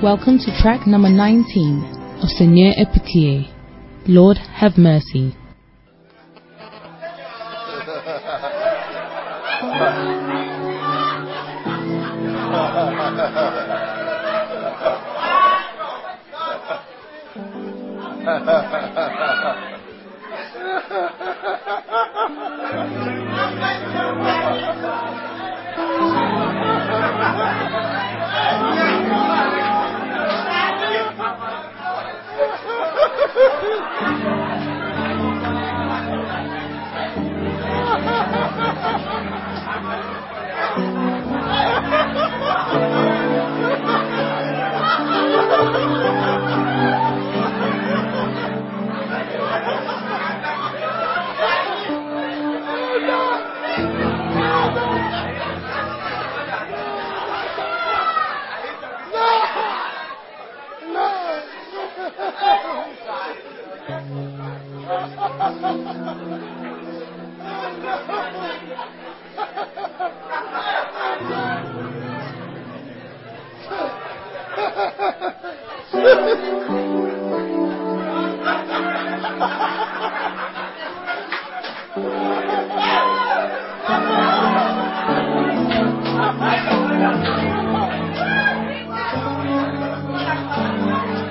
Welcome to track number 19 of Seigneur Epitier, Lord Have Mercy. So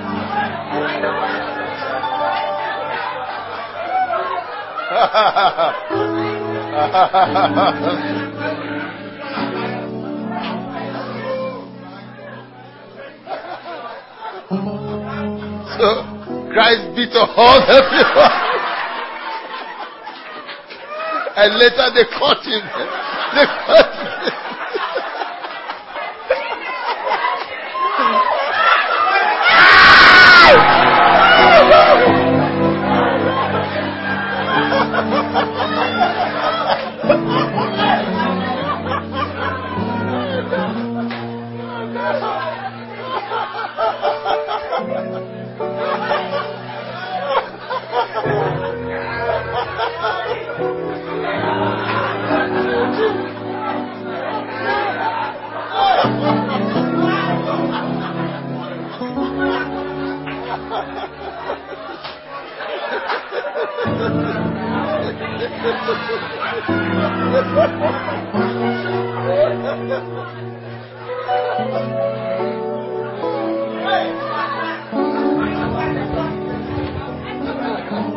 Christ beat all the people. And later they caught him. They caught him.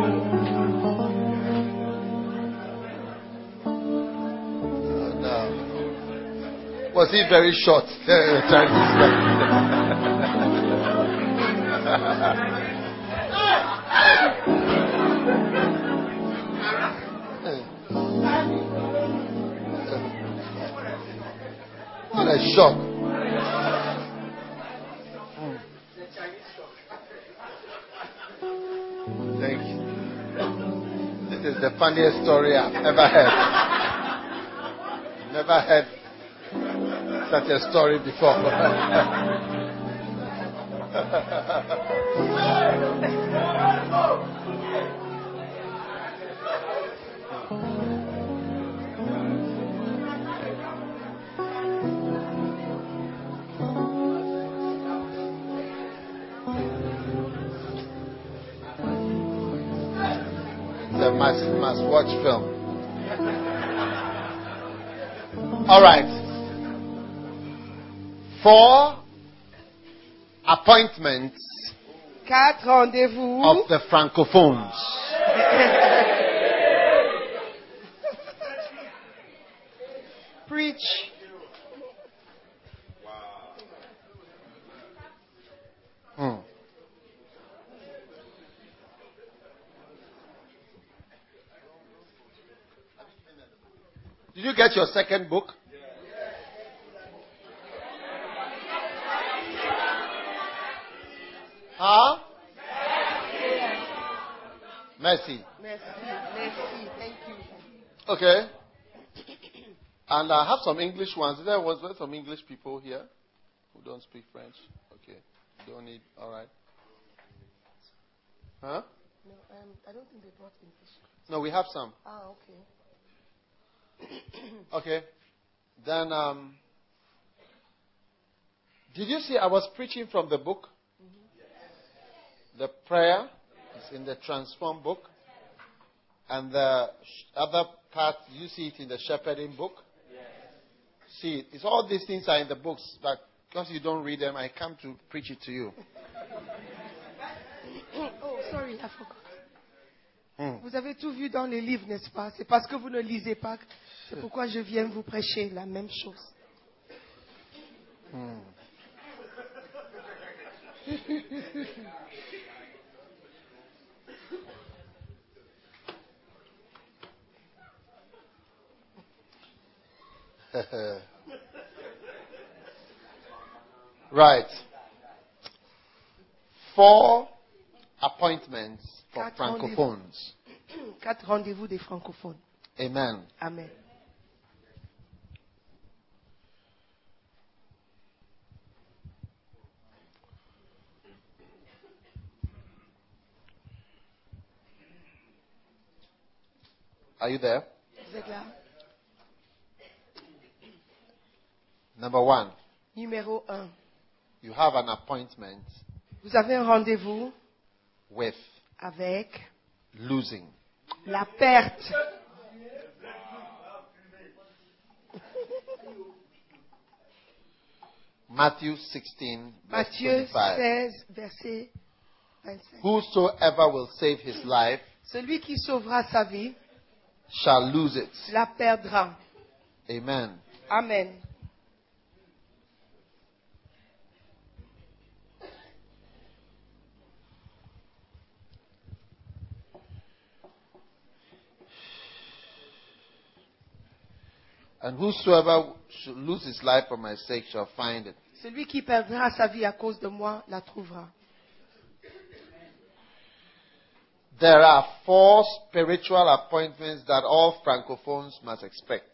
Oh, No. Was he very short? Chinese guy. What a shock. Hmm. Thank you. This is the funniest story I've ever heard. Never heard such a story before. it's a must, must watch film. All right. Four appointments Quatre rendez-vous of the francophones. preach Hmm. Did you get your second book? Huh? Mercy. Merci, merci, thank you. Okay. And I have some English ones. There was there some English people here who don't speak French. Okay. Don't need. All right. Huh? No, I don't think they brought English. No, we have some. Ah, okay. Okay. Then um, Did you see I was preaching from the book? The prayer is in the transform book. And the sh- other part, you see it in the shepherding book. See it. It's all these things are in the books, but because you don't read them, I come to preach it to you. Oh, sorry, I forgot. Vous avez tout vu dans les livres, n'est-ce pas C'est parce que vous ne lisez pas. C'est pourquoi je viens vous prêcher la même chose. Right. Four appointments for Quatre rendez-vous. francophones. Quatre rendez-vous des francophones. Amen. Amen. Are you there? Vous êtes là Number one, Numéro 1. you have an appointment Vous avez un rendez-vous with avec losing. la perte. Matthew 16, verse Matthieu 25. 16, verset 25. Whosoever will save his life Celui qui sauvera sa vie shall lose it. la perdra. Amen. Amen. And whosoever should lose his life for my sake shall find it. Celui qui perdra sa vie à cause de moi la trouvera. There are four spiritual appointments that all francophones must expect.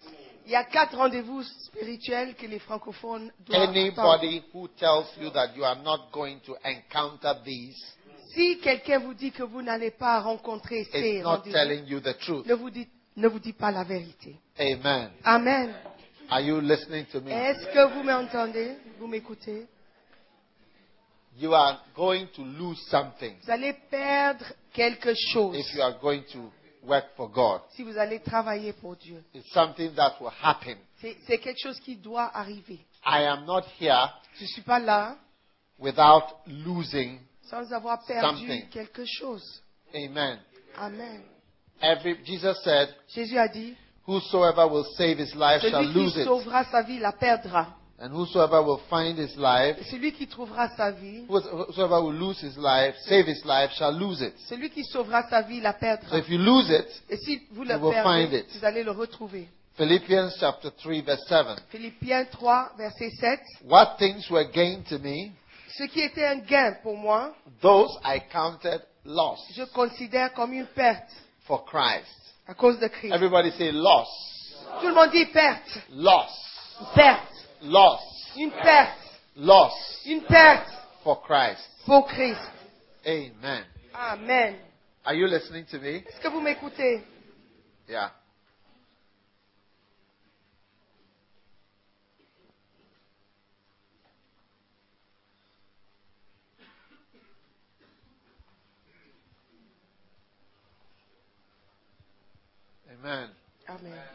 Il y a quatre rendez-vous spirituels que les francophones doivent attendre. Anybody who tells you that you are not going to encounter these Si quelqu'un vous dit que vous n'allez pas rencontrer ces is not rendez-vous, telling you the truth. ne vous, dites- ne vous dites pas la vérité. Amen. Amen. Are you listening to me? Est-ce que vous m'entendez Vous m'écoutez You are going to lose something Vous allez perdre quelque chose if you are going to work for God. si vous allez travailler pour Dieu. It's something that will happen. C'est c'est quelque chose qui doit arriver. I am not here Je ne suis pas là without losing. sans avoir perdu Something. quelque chose. Amen. Amen. Every Jesus said, Jésus a dit, Whosoever will save his life shall celui lose qui it, sauvera sa vie la perdra. and whosoever will find his life, Et celui qui trouvera sa vie, whosoever will lose his life, save his life, shall lose it. celui qui sauvera sa vie la So perdra. if you lose it, Et si vous you le will find perdez, it. vous allez le retrouver. Philippians chapter 3, verse 7. Philippiens 3, verset 7. What things were gained to me, Ce qui était un gain pour moi, those I counted loss je considère comme une perte for Christ. à cause de Christ. Everybody say loss, Tout le monde dit perte, loss, une perte, loss, une perte, loss une perte for Christ. pour Christ. Amen. Amen. Are you listening to me? Est-ce que vous m'écoutez Yeah. Amen. Amen.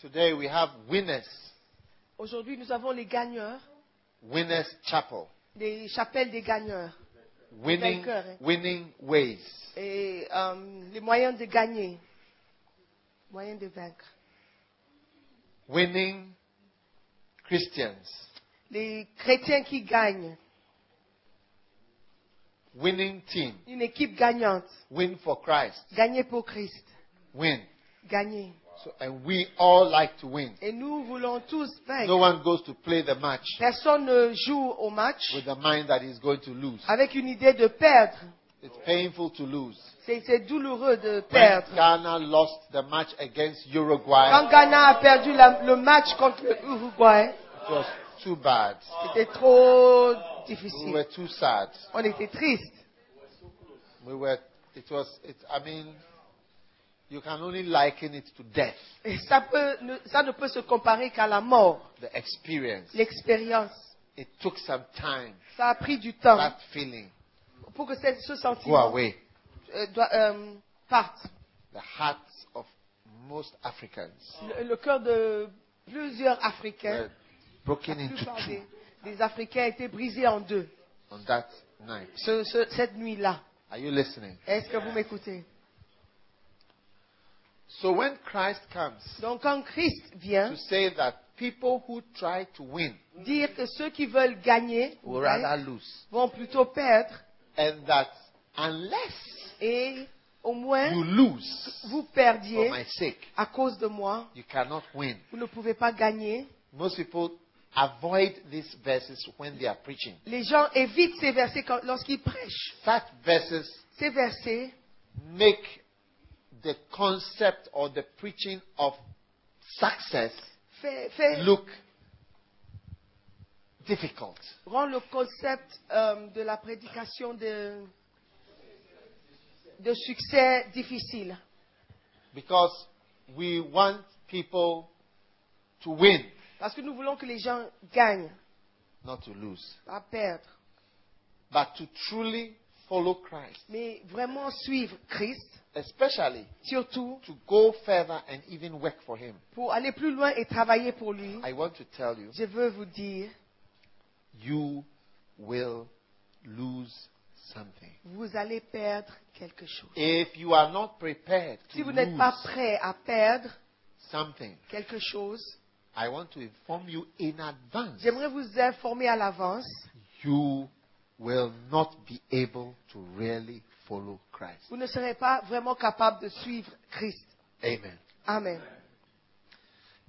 Today we have Winners, Aujourd'hui, nous avons les gagneurs, Winners Chapel, les chapelles des gagneurs winning, Vainqueur, eh? winning ways. et euh, les moyens de gagner, moyens de vaincre. winning Christians, Les chrétiens qui gagnent, winning team, une équipe gagnante, win for Christ, gagner pour Christ, win. gagner. So, and we all like to win. Et nous voulons tous No vaincre. one goes to play the match Personne ne joue au match with the mind that he's going to lose. avec une idée de perdre. It's painful to lose. C'est c'est douloureux de When perdre. Ghana lost the match against Uruguay, Quand Ghana a perdu la- le match contre l'Uruguay, it was too bad. c'était trop We difficile. were too sad. On était triste. We were. It was. It, I mean, You can only liken it to death, Et ça, peut ne, ça ne peut se comparer qu'à la mort, the experience. l'expérience. It took some time, Ça a pris du temps that feeling. pour que ce, ce Go sentiment away. euh, doit- euh, parte. The hearts of most Africans Le, le cœur de plusieurs Africains, were broken la into plupart two des, des Africains, a été brisé en deux on that night. ce- ce- cette nuit-là. Are you listening? Est-ce que vous m'écoutez So when Christ comes Donc quand Christ vient, to say that people who try to win dire que ceux qui veulent gagner will right, rather lose, vont plutôt perdre and that unless et au you moins lose vous for perdiez Oh my sake, à cause de moi. you cannot win. Vous ne pouvez pas gagner. Most people avoid these verses when they are preaching. Les gens évitent ces versets quand- lorsqu'ils prêchent. Such verses Ces versets make the concept or the preaching of success fait, fait- look difficult. rend le concept euh, de la prédication de, de succès difficile. Because we want people to win, Parce que nous voulons que les gens gagnent, not to lose. pas perdre. But to truly follow Christ, Mais vraiment suivre Christ, especially surtout to go further and even work for Him. pour aller plus loin et travailler pour lui. I want to tell you, Je veux vous dire, you will lose something. vous allez perdre quelque chose. If you are not prepared to Si vous n'êtes pas lose prêt à perdre something, quelque chose, I want to inform you in advance. j'aimerais vous informer à l'avance. You will not be able to really follow Christ. Vous ne serez pas vraiment capable de suivre Christ. Amen. Amen.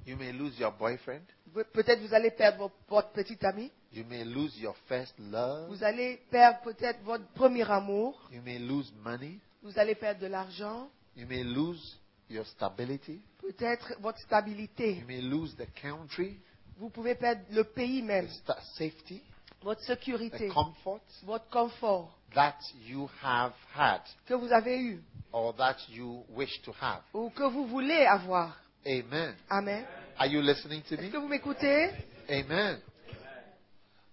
You may lose your boyfriend. Pe- Peut-être vous allez perdre vo- votre petit ami. You may lose your first love. Vous allez perdre peut-être votre premier amour. You may lose money. Vous allez perdre de l'argent. You may lose your stability. Peut-être votre You stabilité. may lose the country, Vous pouvez perdre le pays the même. sta- safety, Votre the sécurité. comfort Votre confort that you have had que vous avez eu or that you wish to have. ou que vous voulez avoir. Amen. Amen. Are you listening to Est-ce me? que vous m'écoutez Amen.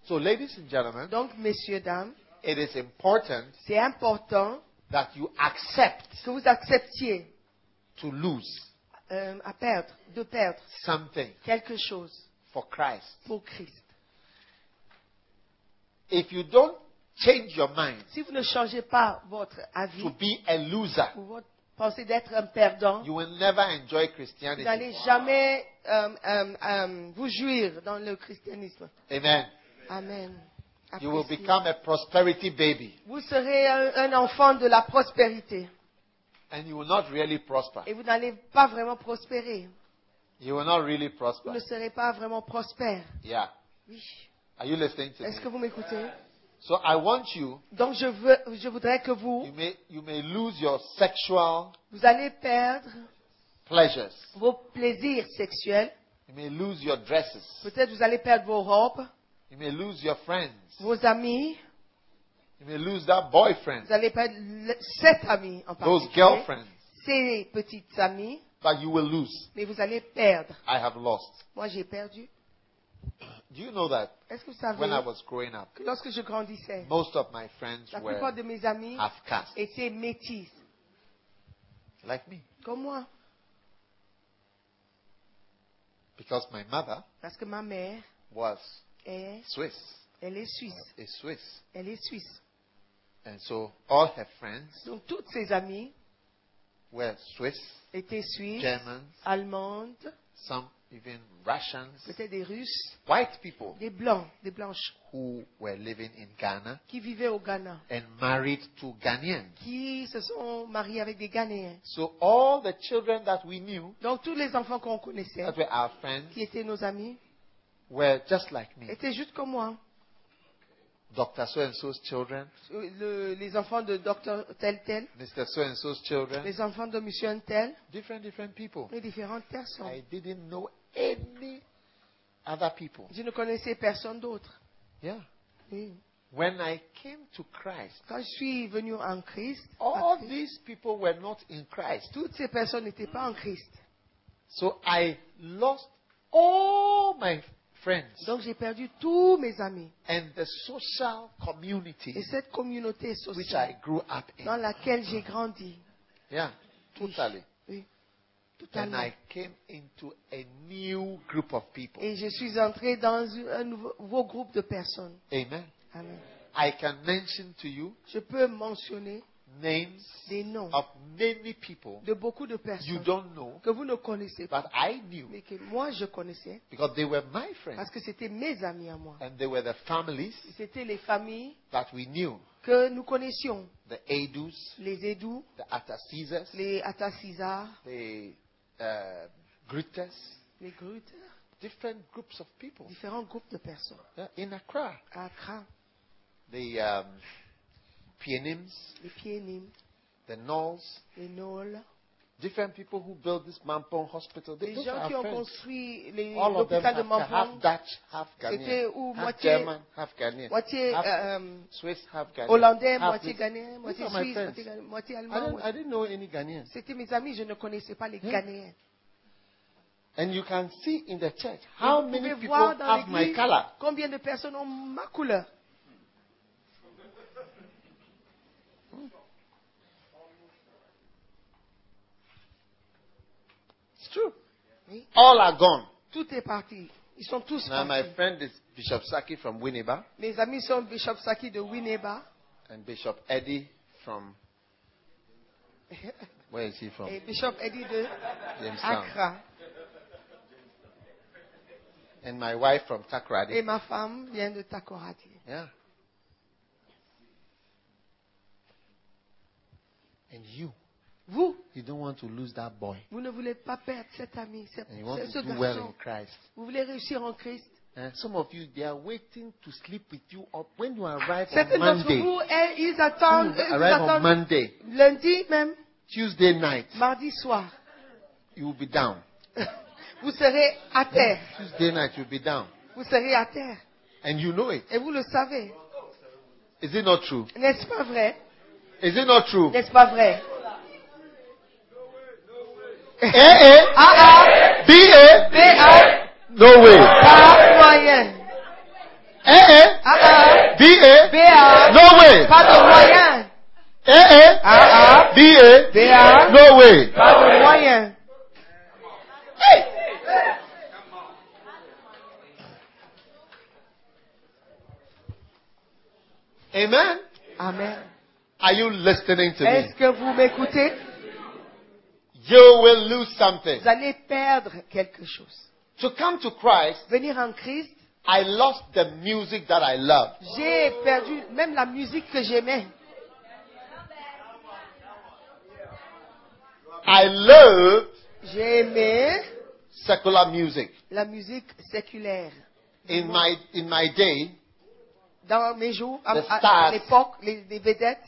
So, ladies and gentlemen, Donc, messieurs, dames, it is important c'est important that you accept que vous acceptiez to lose euh, à perdre, de perdre something quelque chose for Christ. pour Christ. If you don't change your mind Si vous ne changez pas votre avis to be a loser, ou votre pensée d'être un perdant, you will never enjoy vous Christianity. n'allez jamais euh, euh, euh, vous jouir dans le christianisme. Amen. Amen. You will Appréciez. become a prosperity baby Vous serez un, un enfant de la prospérité and you will not really prosper. et vous n'allez pas vraiment prospérer. You will not really Vous prosper. ne serez pas vraiment prospère. Yeah. Oui. Are you listening to me? Est-ce que vous m'écoutez So I want you, Donc je veux, je voudrais que vous, you may, you may lose your sexual vous allez perdre pleasures. vos plaisirs sexuels. You may lose your dresses. Peut-être vous allez perdre vos robes, You may lose your friends. vos amis. You may lose that boyfriend, Vous allez perdre le- sept amis en those particulier. girlfriends. Ces petites amies, But you will lose. mais vous allez perdre. I have lost. Moi, j'ai perdu. Do you know that Est-ce que vous savez when I was growing up, que lorsque je grandissais, most of my friends la were plupart de mes amis half caste, étaient métis, like me, comme moi. because my mother Parce que ma mère, was est, Swiss, elle est suisse. is Swiss, Elle est suisse. and so all her friends Donc, toutes ses amies were Swiss, étaient suisses, Germans, allemandes, some even Russians, peut-être des russes, white people des blancs, des blanches, who were living in Ghana qui vivaient au Ghana, and married to Ghanaians. qui se sont mariés avec des Ghanéens. So all the children that we knew, Donc, tous les enfants qu'on connaissait, that were our friends, qui étaient nos amis, were just like me. étaient juste comme moi. Dr. So and so's children, Euh, le- les enfants de docteur tel tel, Mr. So and so's children, les enfants de monsieur un tel, different, different people. les différentes personnes. I didn't know any other people. Je ne connaissais personne d'autre. Yeah. Oui. When I came to Christ, Quand je suis venu en Christ, à all Christ, these people were not in Christ. toutes ces personnes n'étaient pas en Christ. So I lost all my friends Donc j'ai perdu tous mes amis and the social et community cette communauté which I sociale grew up in. dans laquelle j'ai grandi. Yeah, Oui, totally. oui, And totalement. I came into a new group of people. Et je suis entré dans un nouveau, nouveau groupe de personnes. Amen. Amen. I can mention to you Je peux mentionner names des noms of many people de beaucoup de Ah. you personnes don't know, que vous ne connaissez pas, but I knew mais que moi je connaissais because they were my friends parce que c'était mes amis à moi. and they were the families C'était les familles that we knew que nous connaissions, the Adus, les Edou, the Atasizas, les Atasizar, the uh, Grutas, les Grutes, different groups of people différents groupes de personnes. yeah, in Accra, À Accra, the um, Pianims, les Piénim, the Nulls, les Nol, different people who built this Mampong hospital. They les those are gens our qui ont friends. construit les- All of them l'hôpital de have, half Mampong, Dutch, half C'était Ghanaian, où half moitié- German, half Ghanaian, moitié half euh, Swiss, half Ghanaian, hollandais, half moitié this. ghanéen, moitié These are my suisse, friends. moitié, Ghanéen, moitié I Hmm? allemand. didn't, I didn't know any Ghanaians. C'était mes amis, je ne connaissais pas les Yeah. Ghanéens. And you can see in the church how Vous many pouvez people voir dans have my l'église color. combien de personnes ont ma couleur. Hmm? It's true. Oui. All are gone. Tout est parti. Ils sont tous Now my partis. friend is Bishop Saki from Winneba Mes amis sont Bishop Saki de Winneba and Bishop Eddie from where is he from? et Bishop Eddie de Jamestown. Eh, Accra. And my wife from Et Takrady. ma femme vient de Takoradi. Yeah. And you, Vous, you don't want to lose that boy. vous ne voulez pas perdre cet ami, ce, And you want ce to do well in garçon. Christ. Vous voulez réussir en Christ. Eh, some of you, they are waiting to sleep with you up when you arrive Certains on d'entre Monday. vous, eh, ils Some attendent, will eh, ils arrive on attendent Monday, lundi même, Tuesday night, mardi soir. you will be down. Vous serez à terre. Tuesday night, you'll be down. Vous serez à terre. And you know it. Et vous le savez. Is it not true? N'est-ce pas vrai Is it not true? N'est-ce pas vrai Eh, A-A, Ah ah B-A, B.A. no way. Eh, Pas moyen. A-A, Ah ah B-A, B.A. no way. Eh, Pas de moyen. A-A, Ah ah B-A, B.A. no way. Pas de moyen. Amen? Amen. Are you listening to me? Est-ce que vous m'écoutez You will lose something. Vous allez perdre quelque chose. To come to Christ, Venir en Christ, I lost the music that I love. j'ai perdu même la musique que j'aimais. I love J'ai aimé secular music. la musique séculaire. In my, in my day, Dans mes jours, à, The à- à stars. l'époque, les, les vedettes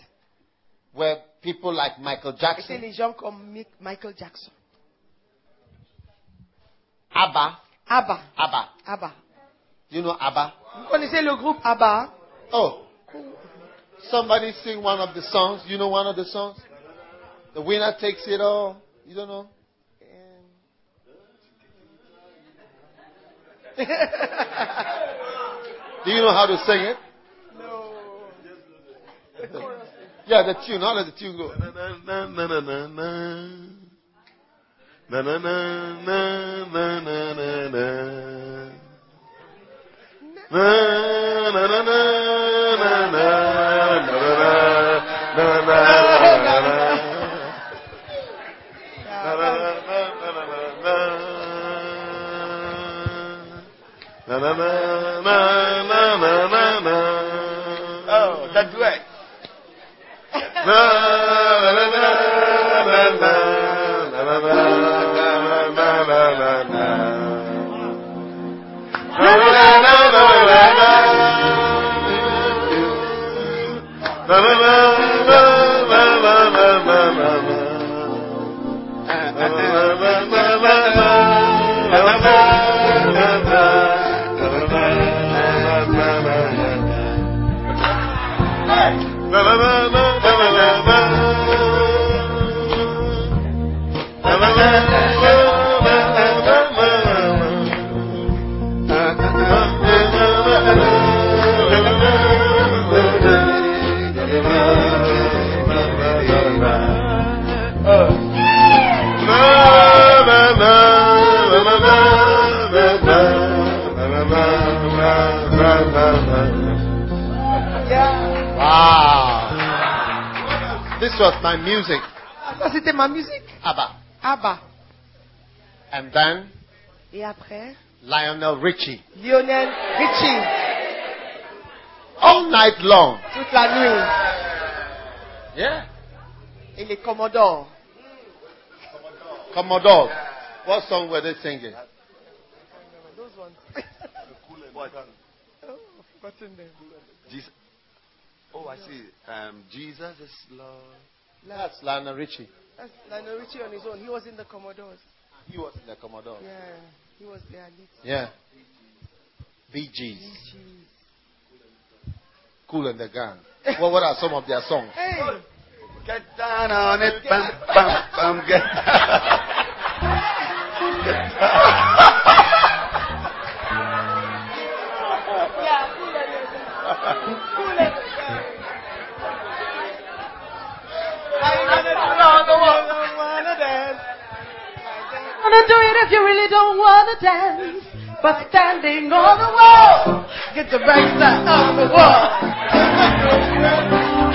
were people like Michael étaient Jackson, les gens comme Mick- Michael Jackson. ABBA, Abba. ABBA. Abba. You know ABBA? Vous connaissez le groupe Abba hein? Oh, somebody sing one of the songs. You know one of the songs? The winner takes it all. You don't know? Do you know how to sing it? Yeah, the tune. How does the tune go? Oh, that's right. Yeah. Wow. This was my music. Ah, Ça, c'était ma musique. ABBA. Ah bah. And then Et après, Lionel Richie. Lionel Richie, All night long. toute la Yeah. nuit. Et les Commodores. Commodore. What song were they singing? Those ones. Oh, I've forgotten them. Jesus. Oh, I see. Um, Jesus is Lord. That's Lionel Richie. That's Lionel Richie on his own. He was in the Commodores. He was in the Commodore. Yeah, he was there. Lead Yeah. Bee Gees. Richie. Cool and the Gang. Well, what are some of their songs? Hey, Get down on it, bum, bum, bum, get Wanna do it if you really don't wanna dance, but standing on the wall, get the right side of the wall.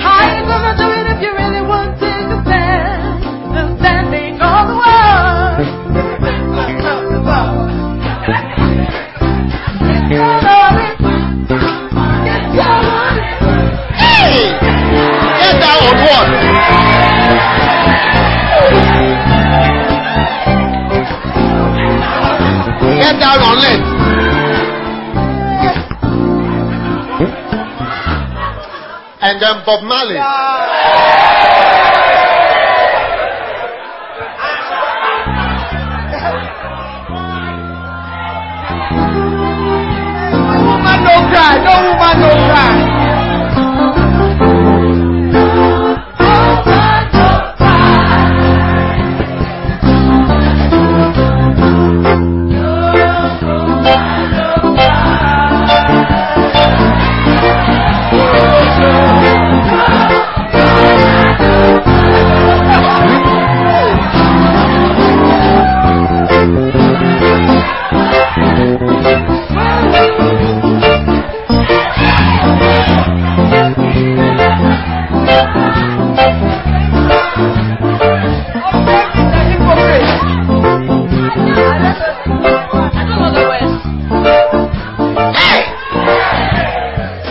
How you gonna do it if you really want to stand, just standing on the wall, get the right side of the wall. Get down on it, get down on it. Hey! Get down on one. Get down on it. And then Bob Marley. woman no cry. No woman no cry.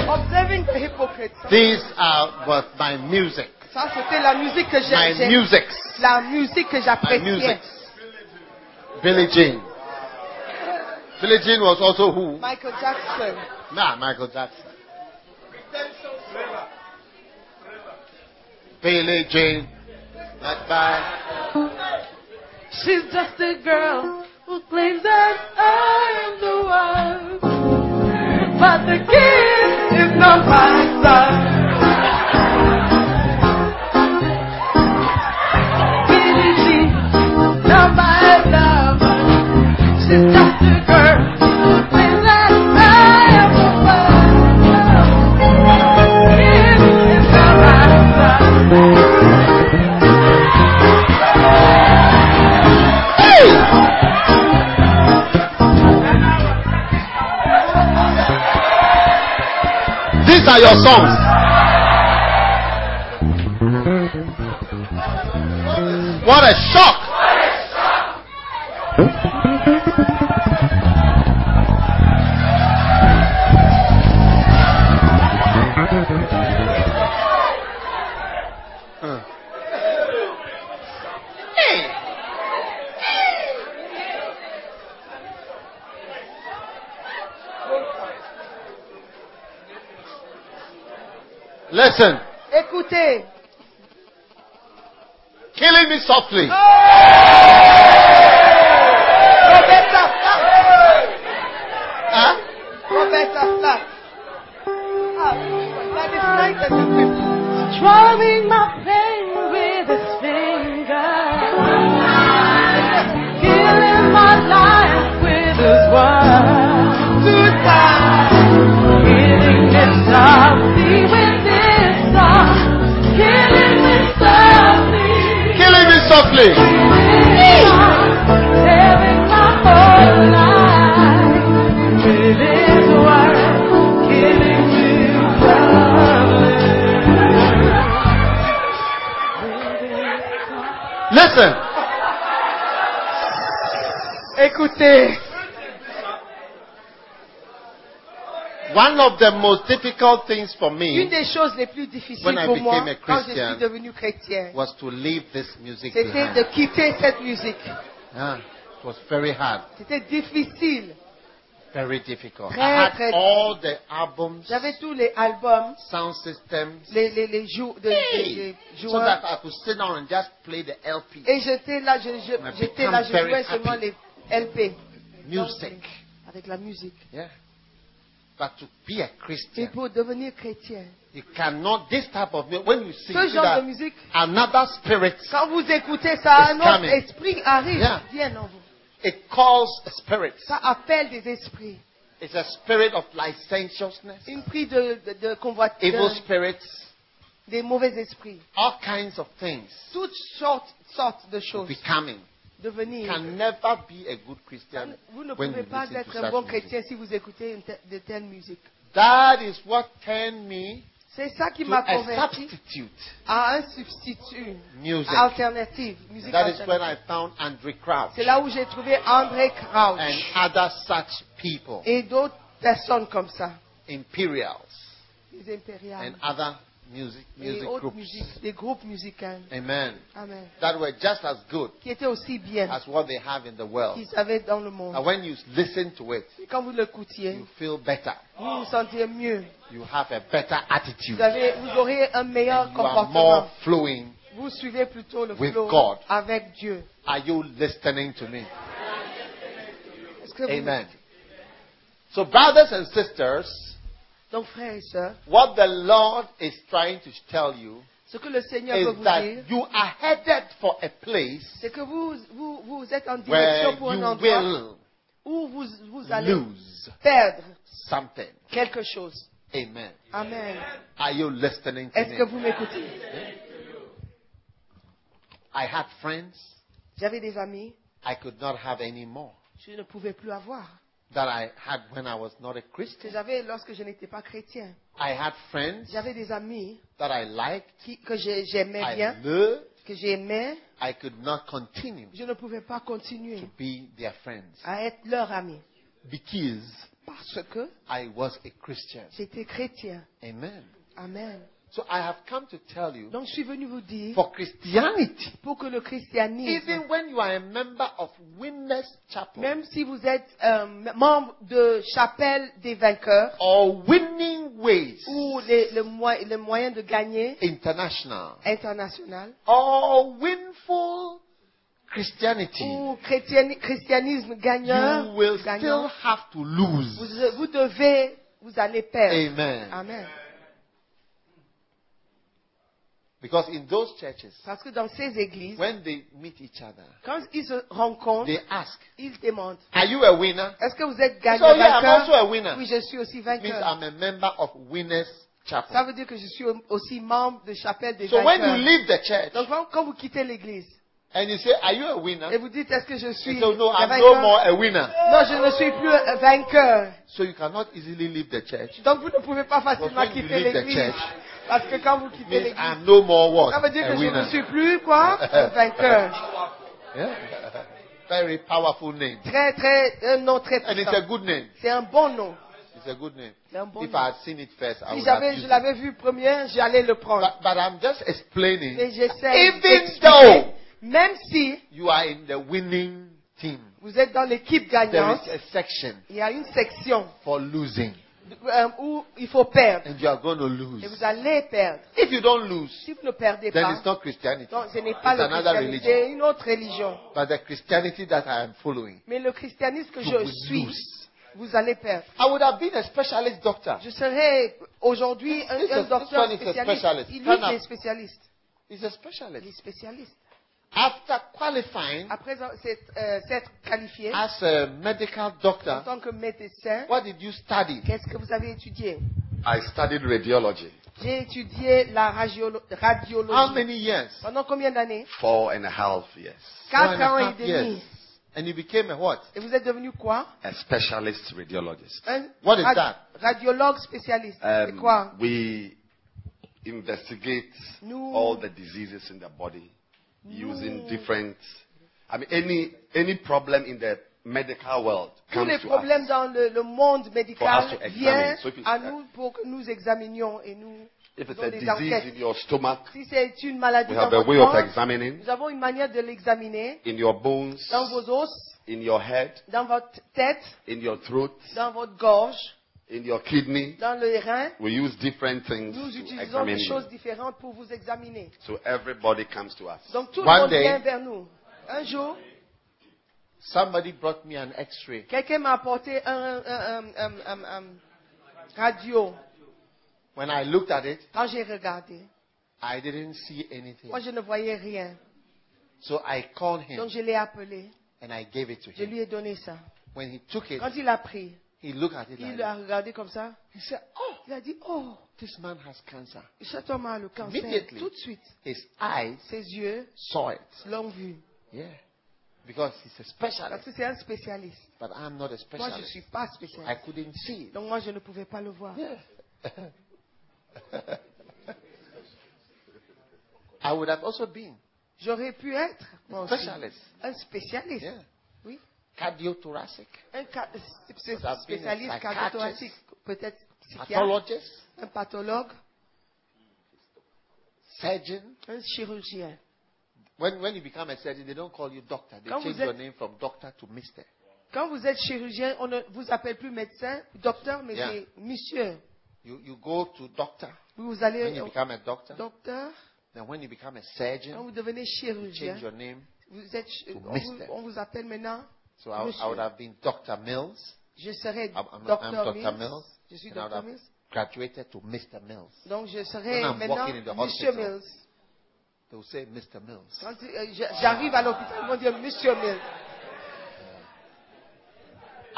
Observing the hypocrites. These are what my music. Ça, c'était la musique que My j'ai- j'ai. music. La musique que My j'appréciais. music. Billie Jean. Billie Jean was also who? Michael Jackson. Nah, Michael Jackson. Billie Jean. That guy. She's just a girl who claims that I am the one. But the kid is not my son. Billie Jean, not my love. She's just a girl who claims that I am the one. But the kid is not my son. These are your songs. What a shock! Listen, Écoutez. killing me softly. Roberta Flack. Huh? Roberta Flack. Ah, that is right at the fifth. Drumming my pain with his finger. Killing my life with his words. Killing me softly with this song. Killing me softly Killing me softly. with this song. beauté. One of the most difficult things for Une me des choses les plus difficiles When I pour moi became a quand je Christian, suis devenu chrétien, was to leave this music c'était de behind. quitter cette musique. Ah, it was very hard, C'était difficile. very difficult. Très, I très had all the albums, J'avais tous les albums, sound systems, les, les, les jou- de- de- Hey! de- so joueurs. that I could sit down and just play the LP Et j'étais là, je, je- I've j'étais become là, je very jouais seulement les happy. LP. music. Avec la musique. Yeah. But to be a Et Christian, pour devenir chrétien, you cannot. This type of music, when you sing, ce see genre that de musique, another spirit, quand vous écoutez ça, un It's autre coming. esprit arrive, Yeah. vient en vous. it calls a spirit. Ça appelle des esprits. It's a spirit of licentiousness, Une prise de, de, de convoite- evil de- spirits, des mauvais esprits. all kinds of things Toutes sortes, sortes de choses. becoming. You Devenir. can never be a good Christian Vous ne when you pouvez pas listen to être un such bon music. chrétien si vous écoutez une te- de telles musiques. That is what turned me C'est ça qui to m'a a converti substitute à un substitut music. alternative, musique That is when alternative. I found Andre Crouch C'est là où j'ai trouvé André and Crouch other such people, et d'autres personnes comme ça, Imperials. les impériales, and other music et music autres groups. musiques, des groupes musicaux. Amen. Amen. That were just as good Qui étaient aussi bien as what they have in the world. qu'ils avaient dans le monde. And when you listen to it, Et Quand vous l'écoutiez, you feel better. vous vous sentiez mieux. You have a better attitude. Vous, avez, vous aurez un meilleur You are more comportement. flowing. Vous suivez plutôt le with flot God. avec Dieu. Are you listening to me? Est-ce que vous- Amen. So, brothers and sisters, Donc, frères et sœurs, what the Lord is trying to tell you ce que le Seigneur veut is vous dire, that you are headed for a place c'est que vous, vous, vous êtes en where direction you pour un endroit will où vous, vous allez lose perdre something. quelque chose. Amen. Amen. Are you listening to Est-ce me? que vous m'écoutez I had friends J'avais des amis, I could not have any more je ne pouvais plus avoir. that I had when I was not a Que Christian. j'avais lorsque je n'étais pas chrétien. I had friends J'avais des amis that I liked, qui, que j'ai- j'aimais I bien, loved. que j'aimais. I could not continue Je ne pouvais pas continuer to be their friends à être leur ami because parce que I was a Christian. j'étais chrétien. Amen. Amen. So I have come to tell you Donc, je suis venu vous dire for Christianity, pour que le christianisme, even when you are a member of Winners Chapel même si vous êtes euh, membre de chapelle des vainqueurs or Winning Ways ou les- le, moi- le moyen de gagner International international or Winful Christianity, ou chrétien- christianisme gagnant, you will still gagnant have to vous, lose. vous devez, vous allez perdre. Amen. Amen. Because in those churches, Parce que dans ces églises, when they meet each other, quand ils se rencontrent, they ask, ils demandent Are you a winner? Est-ce que vous êtes So, gagnant yeah, I'm also vainqueur a winner. Oui, je suis aussi It means vainqueur. I'm a member of Winners Ça Chapel. veut dire que je suis aussi membre de chapelle des So, when you vainqueurs. leave the church Donc quand- quand vous quittez l'église and you say, Are you a winner? et vous dites est-ce que je suis You say, Hein? No, un I'm vainqueur no more a winner. Non, je ne suis plus un vainqueur. So, you cannot easily leave the church. Donc vous ne pouvez pas facilement Because when you quitter leave the l'église church, parce que quand vous It quittez means l'église, I'm no more what? ça veut dire que A je ne winner. suis plus quoi un vainqueur. Yeah. Very powerful name. Très très un nom très And it's a puissant. good name. C'est un bon nom. It's a good name. C'est un bon If nom. I had seen it first, I Si would have j'avais, used je it. l'avais vu premier, j'allais le prendre. But, but I'm just explaining. Mais j'essaie Even d'expliquer. though Même si you are in the winning team, vous êtes dans l'équipe there is gagnante, a section il y a une section for losing, euh, où il faut perdre and you are going to lose. et vous allez perdre. If you don't lose, Si vous ne perdez then pas, it's not Christianity. donc ce n'est It's pas le another christianisme, religion. c'est une autre religion. But the Christianity that I am following, Mais le christianisme que you je will suis, lose. vous allez perdre. I would have been a specialist doctor. Je serai aujourd'hui un, This un is- docteur this one is a spécialiste. specialist. Il Stand lui, il est up. spécialiste. He's a Il est specialist. spécialiste. After qualifying Après euh, s'être euh, s'être qualifié as a medical en doctor, tant que médecin, what did you study? qu'est-ce que vous avez étudié I studied radiology J'ai étudié la radiolo- How radiologie. many years? Pendant combien d'années four and a half years. One and Quatre a ans et half demi. years. And you became a what? Et vous êtes devenu quoi A specialist radiologist. Un What is Hein? radi- that? radiologue spécialiste. C'est Um, quoi We investigate Nous- all the diseases in the body using different. I mean, any any problem in the medical world Tous comes les to us. problèmes dans le, le monde For médical us to examine. viennent So if it's- à nous pour que nous examinions et nous If it's faisons a des disease enquêtes. in your stomach, Si c'est une maladie we dans have a votre way of ventre, examining nous avons une manière de l'examiner in your bones, dans vos os, in your head, dans votre tête, in your throat, dans votre gorge, in your kidney. dans le rein. We use different things Nous to utilisons examine. des you. choses différentes pour vous examiner. So everybody comes to us. Donc tout One le monde day- vient vers nous. Un jour, Somebody brought me an x ray. quelqu'un m'a apporté un, un- un- un- un- un radio. When I looked at it, Quand j'ai regardé, I didn't see anything. moi je ne voyais rien. So I called Donc him je l'ai appelé. and I gave it to Je him. lui ai donné ça. When he took it, Quand il a pris, he looked at it and il a regardé comme ça. he said, Oh, Il a dit, oh, this man has cancer. cet homme a le cancer. Immediately. Tout de suite. His eyes Ses yeux saw it. l'ont vu. Yeah. Because he's a Parce specialist. que c'est un spécialiste. But I'm not a Moi, je ne specialist. suis pas I spécialiste. couldn't see it. Donc moi, je ne pouvais pas le voir. I would have also been J'aurais pu être moi aussi, Spécialiste. un spécialiste. Yeah. Oui. cardiothoracic, Un ca- Would sp- sp- have been a spécialiste psychiatrist. cardiothoracique, peut-être psychiatre, pathologist, un pathologue, surgeon. un chirurgien. When, when you become a surgeon, they don't call you doctor. They Quand change vous êtes- your name from doctor to mister. Quand vous êtes chirurgien, on ne vous appelle plus médecin, docteur, mais Yeah. c'est monsieur. You, you go to doctor. Vous vous When allez you au become a doctor, docteur, then when you become a quand surgeon, Hein, vous devenez change chirurgien, your name. vous êtes, ch- to on, vous, mister. on vous appelle maintenant So I, I would monsieur. have been Dr. Mills. Je serai I'm, I'm, I'm docteur Dr. Mills. Mills. Je suis And I would docteur have Mills. graduated to Mr. Mills. Donc je serai When I'm maintenant walking in the monsieur hospital. Mills. They will say Mr. Mills. Quand euh, j- j'arrive à l'hôpital, ils vont dire Monsieur Mills.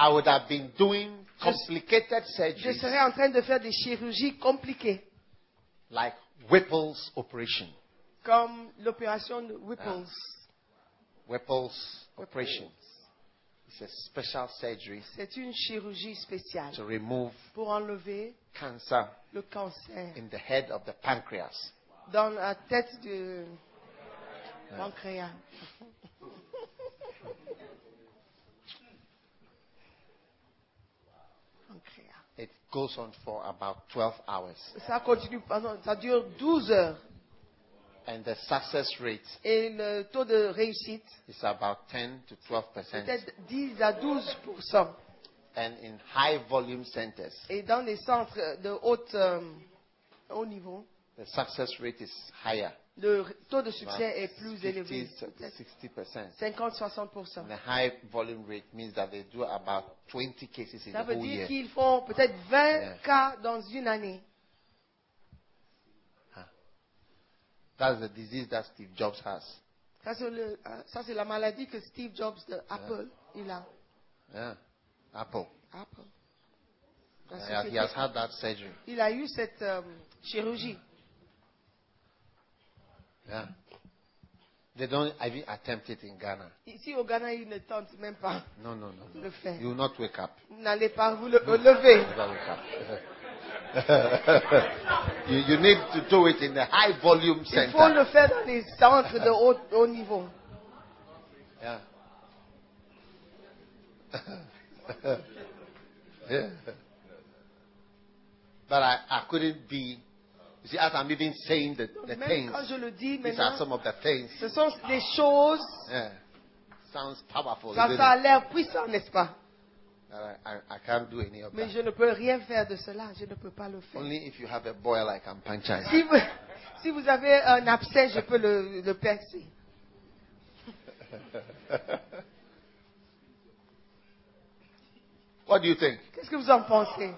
I would have been doing complicated Je surgeries serais en train de faire des chirurgies compliquées, like Whipple's operation. comme l'opération de Whipples. Ah. Whipple's operation. It's a special surgery C'est une chirurgie spéciale to remove pour enlever cancer le cancer in the head of the pancreas. dans la tête de pancréas. Pancréas. It goes on for about 12 hours. Ça continue, pendant- ça dure 12 heures And the success rate et le taux de réussite is about 10 to 12 percent. peut-être 10 à 12 And in high volume centers, Et dans les centres de haute, euh, haut niveau, the success rate is higher. le r- taux de about succès est plus 50 élevé, to 60 percent. 50-60%. And the high volume rate means that they do about 20 cases in Ça the veut whole dire year. qu'ils font peut-être 20 Yeah. cas dans une année. That's the disease that Steve Jobs has. Ça, c'est le- hein, ça, c'est la maladie que Steve Jobs de Apple, il a. Yeah. Apple. Apple. La Yeah, société. he has had that surgery. Il a eu cette euh, chirurgie. Yeah. They don't even attempt it in Ghana. Ici, au Ghana, il ne tente même pas No, no, no. de le faire. You will not wake up. Vous n'allez pas vous le, You lever. will not wake up. you, you need to do it in a high volume Il faut le center. faire dans les centres de haut, haut niveau. Yeah. yeah. But I, I couldn't be. You see, as I'm even saying the, the Même things, quand je le dis these are maintenant, some of the things. Ce sont des choses, Yeah. Sounds powerful. ça, isn't ça a it? l'air puissant, n'est-ce pas I, I, I can't do any of Mais that. je ne peux rien faire de cela, je ne peux pas le faire. Only if you have a boy like I'm Si vous, si vous avez un abcès, je peux le, le percer. What do you think? Qu'est-ce que vous en pensez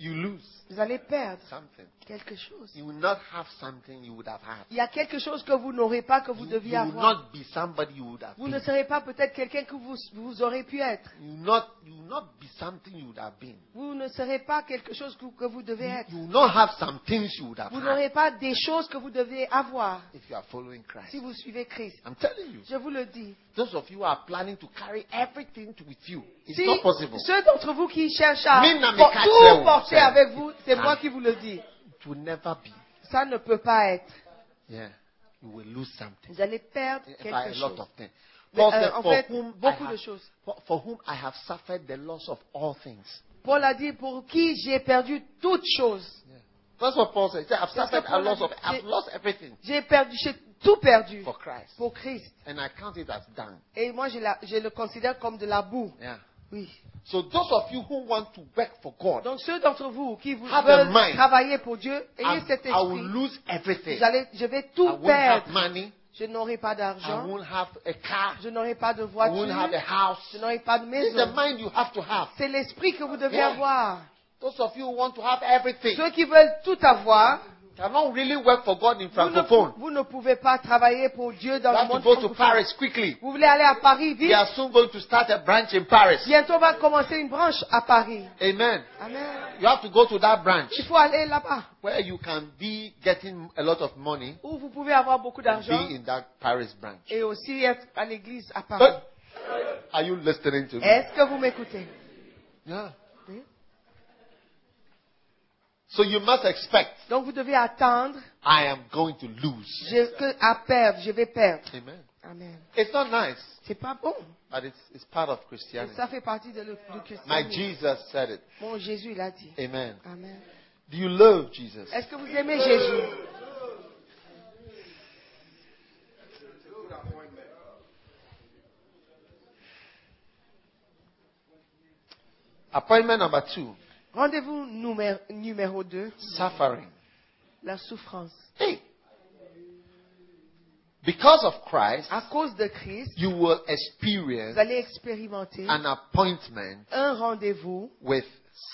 You lose Vous allez perdre something. quelque chose. You will not have something you would have had. Il y a quelque chose que vous n'aurez pas, que vous You, deviez you will avoir. not be somebody you would have Vous been. ne serez pas peut-être quelqu'un que vous, vous aurez pu être. You will not, you will not be something you would have been. Vous ne serez pas quelque chose que, que vous devez être. You will not have some things you would have Vous had n'aurez pas des choses que vous devez avoir if you are following Christ. si vous suivez Christ. I'm telling you, Je vous le dis. those of you who are planning to carry everything to, with you, it's Si not possible. ceux d'entre vous qui cherchent à Même dans mes por- quatre tout heures, porter c'est- avec vous, c'est Ah. moi qui vous le dis. It will never be. Ça ne peut pas être. Yeah. You will lose something. Vous allez perdre If I- quelque a lot chose. of things. Paul Mais, euh, said, en for fait, whom, I beaucoup de have, choses. for, for whom I have suffered the loss of all things. Paul a dit, pour qui j'ai perdu toutes choses. That's what Paul said. He said, I've That's suffered what a Paul loss had of, to say. I've lost everything J'ai perdu, j'ai tout perdu for Christ. pour Christ. And I count it as done. Et moi, je, la- je le considère comme de la boue. Yeah. Oui. So those of you who want to work for God, Donc ceux d'entre vous qui vous Have a veulent mind. travailler pour Dieu, ayez I, cet I will esprit. lose everything. Vous allez- je vais I tout won't have perdre. money. Je n'aurai pas I d'argent. won't have a car. Je n'aurai pas de I won't have a voiture. house. Je n'aurai pas de It's the maison. mind you have to have. C'est l'esprit que vous devez Yeah. avoir. Those of you who want to have everything Ceux qui veulent tout avoir, cannot really work for God in vous ne, Francophone. vous ne pouvez pas travailler pour Dieu dans You le have to monde. go to francophone. Paris quickly. Vous voulez aller à Paris vite We are soon going to start a branch in Paris. Bientôt on va commencer une branche à Paris. Amen. Amen. You have to go to that branch Il faut aller là-bas where you can be getting a lot of money où vous pouvez avoir beaucoup and d'argent be in that Paris branch. et aussi être à l'église à Paris. But are you listening to me? Est-ce que vous m'écoutez Yeah. Oui. So you must expect Donc vous devez attendre I am going to lose. je, que à perdre, je vais perdre. Amen. Amen. It's not nice, C'est pas bon. but it's, it's part of Et Christianity. ça fait partie de le, du My christianisme. Jesus said it. Mon Jésus il a dit. Amen. Amen. Do you love Jesus? Est-ce que vous aimez Jésus Appointment number two Rendez-vous numéro, numéro 2, suffering. la souffrance. Hey. Because of Christ, À cause de Christ, you will vous experience allez expérimenter an appointment un rendez-vous with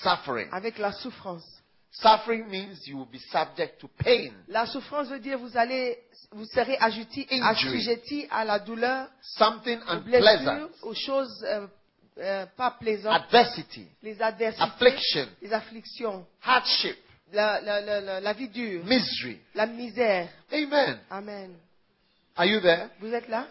suffering. avec la souffrance. Suffering means you will be subject to pain. La souffrance veut dire vous allez, vous serez ajouti- Injury. assujetti à la douleur, Something aux unpleasant, blessures, aux choses euh, euh, pas plaisantes, adversity, les adversités, affliction, les afflictions, hardship, la, la- la- la- la vie dure, misery. la misère. Amen. Amen. Are you there? Vous êtes là?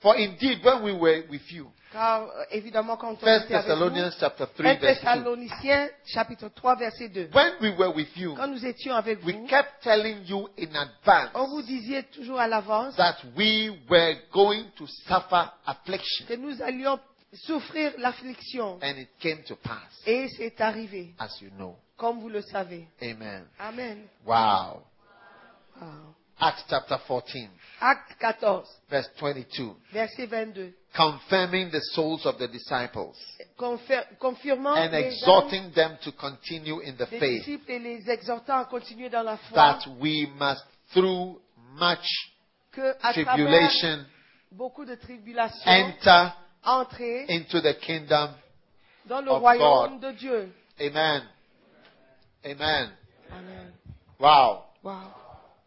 For indeed, when we were with you, Car euh, évidemment quand on 1 était avec vous, Thessalonians chapter 3, 1 verse 2. Thessaloniciens chapitre 3 verset 2. When we were with you, Quand nous étions avec we vous, kept telling you in advance on vous disait toujours à l'avance that we were going to suffer que affliction. nous allions souffrir l'affliction. And it came to pass, Et c'est arrivé, as you know. comme vous le savez. Amen. Amen. Wow. Wow. Acts chapter 14, Acte 14, verse 22. verset 22. Confirming the souls of the disciples Confir- confirmant and les, exhorting them to continue in the âmes des faith disciples et les exhortant à continuer dans la foi that we must, through much que à travers tribulation, beaucoup de tribulations enter entrer into the kingdom. dans le of God. royaume de Dieu. Amen. Amen. Amen. Wow. Wow.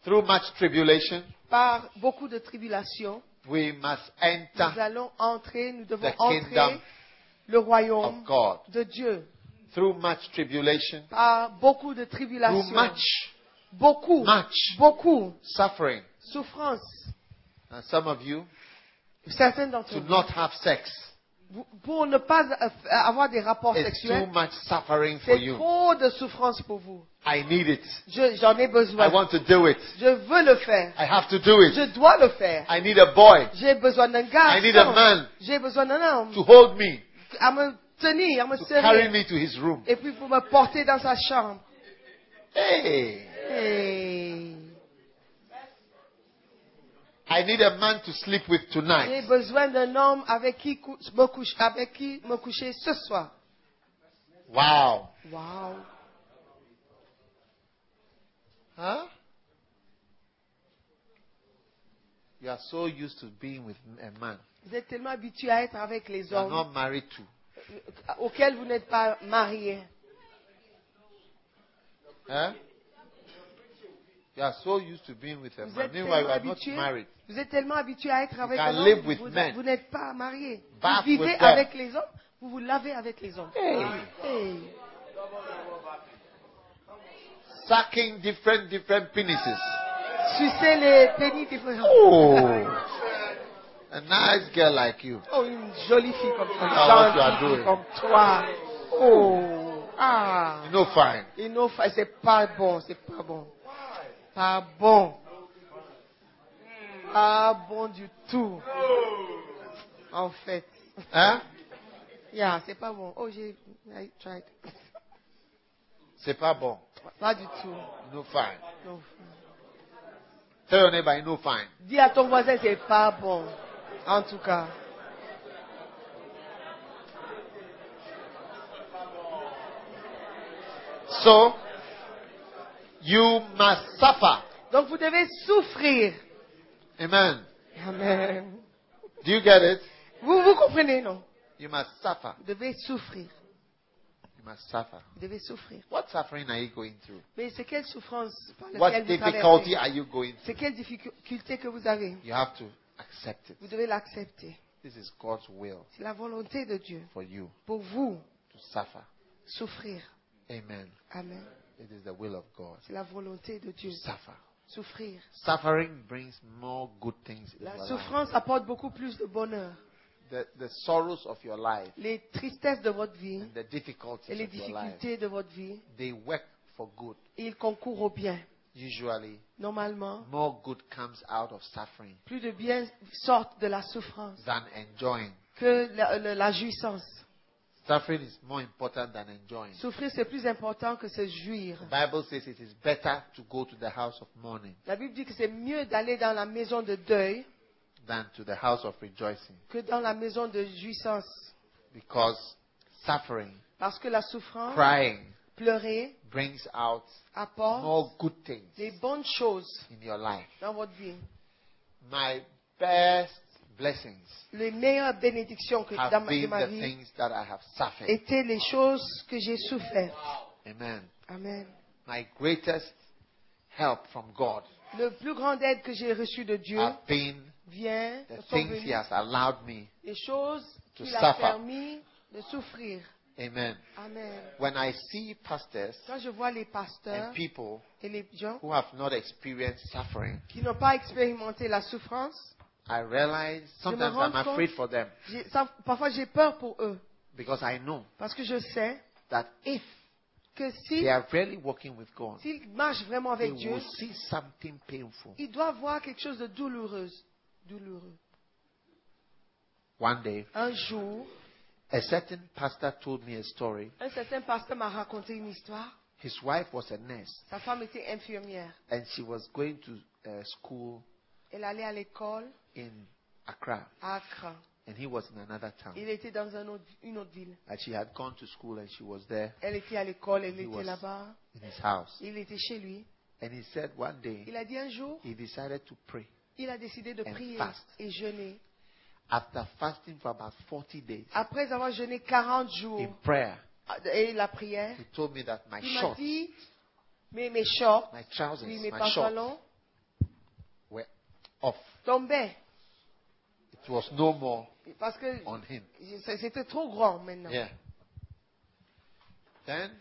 Through much tribulation, Par beaucoup de tribulations, we must nous enter allons entrer, nous devons the entrer kingdom le royaume of God. de Dieu. Through much tribulation, Par beaucoup de through tribulations, much beaucoup, Much. beaucoup, suffering. souffrance. And some of you Certains d'entre to vous, not have sex vous- pour ne pas euh, avoir des rapports It's too sexuels, much suffering for c'est you. trop de souffrance pour vous. I need it. Je- J'en ai I besoin. want to do it. Je veux le faire. I have to do it. Je dois le faire. I need a boy J'ai besoin d'un need a man. garçon. J'ai besoin d'un to homme hold me, à me tenir, à me to carry serrer. me to his room. Et puis pour me porter dans sa chambre. Hey, Hey. I need a man to sleep with J'ai tonight. besoin d'un homme avec qui, cou- me couche- avec qui me coucher ce soir. Wow. Wow. Huh? You are so used to being with a man. Vous êtes tellement habitué à être avec les You are hommes not married to. euh, auxquels vous n'êtes pas marié. Huh? Eh? You are so used to being with a Vous man. êtes Meanwhile, you tellement are not habitué. married. Vous êtes tellement habitué à être avec can un homme, live with vous, men. vous n'êtes pas marié. Vous Bath vivez with them. avec les hommes, vous vous lavez avec les hommes. Hey. Sucking different, different penises. Sucez les pénis différents. Oh, a nice girl like you. Oh, une jolie fille comme toi. Ah, what you are Une gentille doing. fille comme toi. Oh, ah. No fine. Et non, fa- c'est pas bon, c'est pas bon. Pas bon. pas bon du tout. En fait. Hein? Yeah, c'est pas bon. Oh, j'ai. I tried. C'est pas bon. Pas du tout. No fine. Non. Tell your neighbor, no fine. Dis à ton voisin, c'est pas bon. En tout cas. So, you must suffer. Donc vous devez souffrir. Amen. Amen. Do you get it? Vous, vous comprenez, non? You must suffer. Vous devez souffrir. You must suffer. Vous devez souffrir. What suffering are you going through? Mais c'est quelle souffrance par What laquelle vous difficulty traversez? are you going C'est quelle difficulté que vous avez? through? You have to accept it. Vous devez l'accepter. This is God's will C'est la volonté de Dieu for you pour vous to suffer. souffrir. Amen. Amen. It is the will of God C'est la volonté de to Dieu. suffer. Souffrir. Suffering brings more good things in La your life. souffrance apporte beaucoup plus de bonheur. The, the sorrows of your life Les tristesses de votre vie and the difficulties et les of your life, difficultés de votre vie, they work for good. ils concourent au bien. Usually, Normalement, more good comes out of suffering plus de bien sortent de la souffrance than enjoying. que la, la- la jouissance. Suffering is more important than enjoying. Souffrir, c'est plus important que se jouir. The Bible says it is better to go to the house of mourning La Bible dit que c'est mieux d'aller dans la maison de deuil than to the house of rejoicing que dans la maison de jouissance. because suffering, Parce que la souffrance, crying, pleurer, brings out apporte more good things des bonnes choses in your life. dans votre vie. My best blessings Les meilleures bénédictions que dans have ma, de been ma the vie things that I have suffered. étaient les choses que j'ai souffert. Amen. Amen. My greatest help from God Le plus grand aide que j'ai reçu de Dieu have been vient the sont things He venues has allowed me. des choses To qu'il a suffer. permis de souffrir. Amen. Amen. When I see pastors Quand je vois les pasteurs and people et les gens who have not experienced suffering, qui n'ont pas expérimenté la souffrance, I realize sometimes rends I'm compte- afraid for them j'ai- ça- parfois j'ai peur pour eux because I know parce que je sais that if que they si- are really walking with God, s'ils marchent vraiment they avec Dieu, will see something painful. ils doivent voir quelque chose de douloureux. douloureux. One day, Un jour, a certain pastor told me a story. un certain pasteur m'a raconté une histoire. His wife was a nurse Sa femme était infirmière. and she was going to uh, school Elle allait à l'école in Accra à Accra. and he was in another town. Il était dans un autre- une autre ville. And she had gone to school and she was there Elle était à l'école, elle He était was- là-bas. in his house. Il était chez lui. And he said one day Il a dit un jour, he decided to pray. il a décidé de And prier fast. et jeûner. After fasting for about 40 days Après avoir jeûné 40 in jours prayer, et la prière, he told me that my il m'a shorts, dit, mais mes shorts, my oui, trousers, mes my shorts pantalons were off. tombaient It was no more parce que on him. c'était trop grand maintenant. Yeah. Then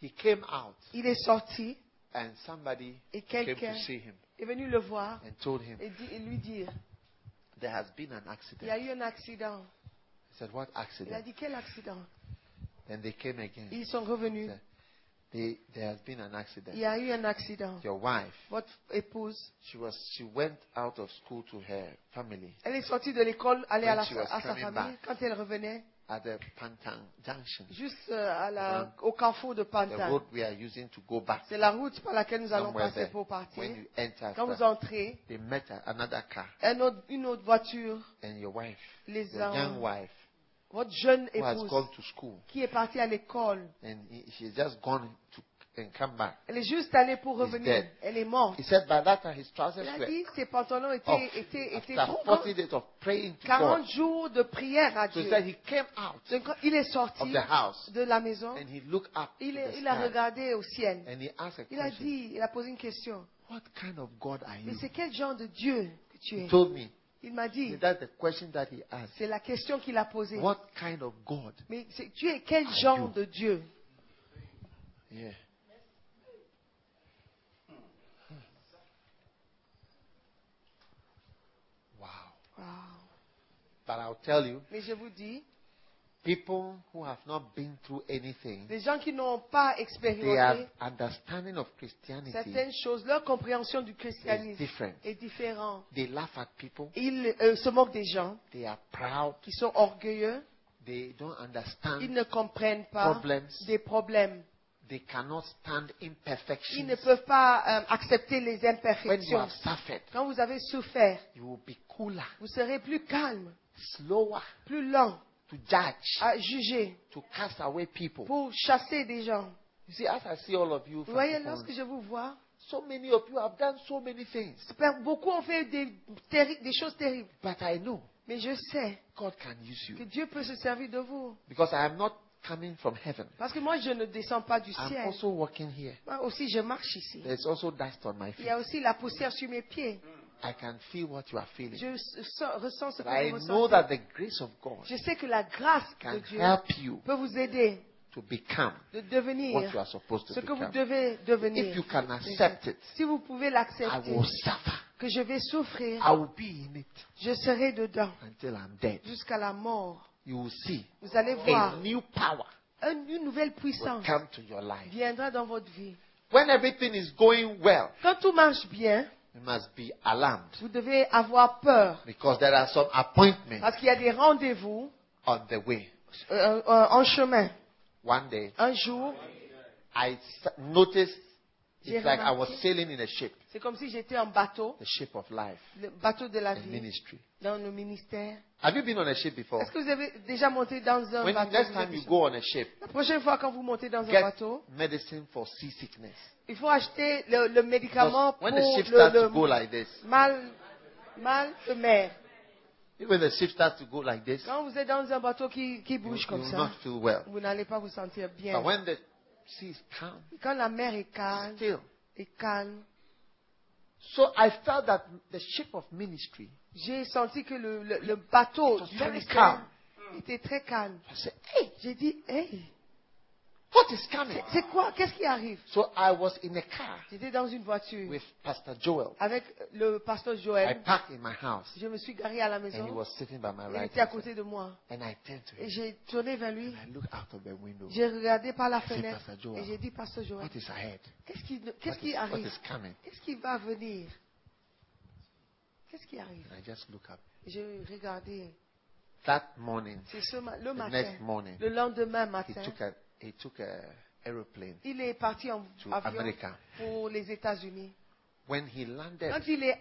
he came out Il est sorti and somebody et came to quelqu'un see him est venu le voir and told him, et, dit- et lui dire, there has been an il y a accident. eu un accident. He said, what Il a accident? dit, quel accident Then they came again. Ils sont revenus. They, there has been an Il accident. y a eu un accident. Your wife Votre épouse, She was she went out of school to her family elle est sortie de l'école, allée à, la- When she was à sa coming famille. back. Quand elle revenait, at the Pantang Junction, juste euh, à la- Around. au carrefour de the Pantin. road we are using to go back. C'est la route par laquelle nous allons somewhere passer there. pour partir. When you enter, Quand the- vous entrez, they met a- another car un autre- une autre voiture, and your wife, les your young uns, wife votre jeune who has épouse gone to school qui est partie à l'école, and he- she's just gone to and come back. elle est juste allée pour Is revenir, dead. elle est morte. He said by that time his trousers Elle a were dit ses pantalons off. étaient, étaient, étaient After trop grands. 40 days of praying to 40 God, jours de prière à so he Dieu. said he came out Donc, quand il est of sorti the house de la maison, and he looked up to il, est- the il a sky regardé au ciel. and Mm. he asked a Il a question. dit, il a posé une question. What kind of God are Mais you? c'est quel genre de Dieu que tu He es told me. Il m'a dit, That's the question that he asked. c'est la question qu'il a posée. What kind of God? Mais c'est- tu es quel genre de Dieu Yeah. Wow. Wow. Hmm. But I'll tell you, Mais je vous dis, People who have not been through anything, Les gens qui n'ont pas their expérimenté understanding of Christianity certaines choses, leur compréhension du is christianisme different. est différente. They laugh at people. Ils euh, se moquent des gens They are proud. qui sont orgueilleux. They don't Ils understand. ne comprennent pas Problems. des problèmes. They cannot stand Ils ne imperfections. peuvent pas euh, accepter les When you imperfections. have suffered, Quand vous avez souffert, you will be cooler, vous serez plus calme, slower plus lent to judge, à juger to cast away people. pour chasser des gens. You see, as I see all of you, Vous voyez, Francophone, lorsque je vous vois, so many of you have done so many things, super- beaucoup ont fait des, terri- des choses terribles. but I know Mais je sais God can use que you Dieu peut se servir de vous. because I am not coming from heaven. Parce que moi, je ne descends pas du I'm ciel. also walking here. Moi aussi, je marche ici. There's also dust on my Il feet. y a aussi la poussière sur mes pieds. I can feel what you are feeling. Je sens- ressens ce But que I vous know ressentez. that the grace of God Je sais que la grâce de can Dieu help you peut vous aider to become de what devenir you are supposed to ce que vous become. devez devenir. If you can accept it, si Ah, vous Ah. pouvez I l'accepter, will suffer. que je vais souffrir, I will be in it je serai dedans until I'm dead. jusqu'à la mort. You will see Vous allez a voir, new power un- une nouvelle will puissance come to your life. viendra dans votre vie. When everything is going well, Quand tout marche bien, you must be alarmed vous devez avoir peur. because there are some appointments Parce qu'il y a des rendez-vous on the way. euh, euh, en chemin. One day, Un jour, I s- noticed J'ai it's like I was remarqué. sailing in a ship, c'est comme si j'étais en bateau, the ship of life le bateau de la and vie, ministry. dans le ministère. Have you been on a ship before? Est-ce que vous avez déjà monté dans un When bateau next vous avez time you déjà- go on a ship, La prochaine fois quand vous montez dans un get bateau, medicine for seasickness. il faut acheter le, le médicament Because pour when the ship le, starts le to go like this, mal, mal de mer. when the ship starts to go like this, Quand vous êtes dans un bateau qui, qui you, bouge you comme will ça, not feel well. vous n'allez pas vous sentir bien. But when the sea is calm, Quand la mer est calme, still. est calme, So I felt that the ship of ministry j'ai senti que le, le- le bateau It was du very ministère calm. était très calme. I said, hey, J'ai dit, hey, what is coming? c'est quoi Qu'est-ce qui arrive So I was in a car J'étais dans une voiture with Pastor Joel. avec le pasteur I Joël. parked in my house Je me suis garé à la and he maison. was sitting by my Il right. était à hand côté de moi. side. And I turned to Et him. j'ai tourné vers lui. I looked out of the window. J'ai regardé par la I said, fenêtre Pastor Joel, et j'ai dit, Pasteur Joël, What is ahead? qu'est-ce qui, What qu'est-ce qui is, what arrive is coming? Qu'est-ce qui va venir Qu'est-ce qui arrive And I just look up. J'ai regardé. That morning, C'est ce ma- le The matin, next morning, le lendemain he matin, took a he took a aeroplane il est parti en to avion America. pour les États-Unis. When he landed Quand il est,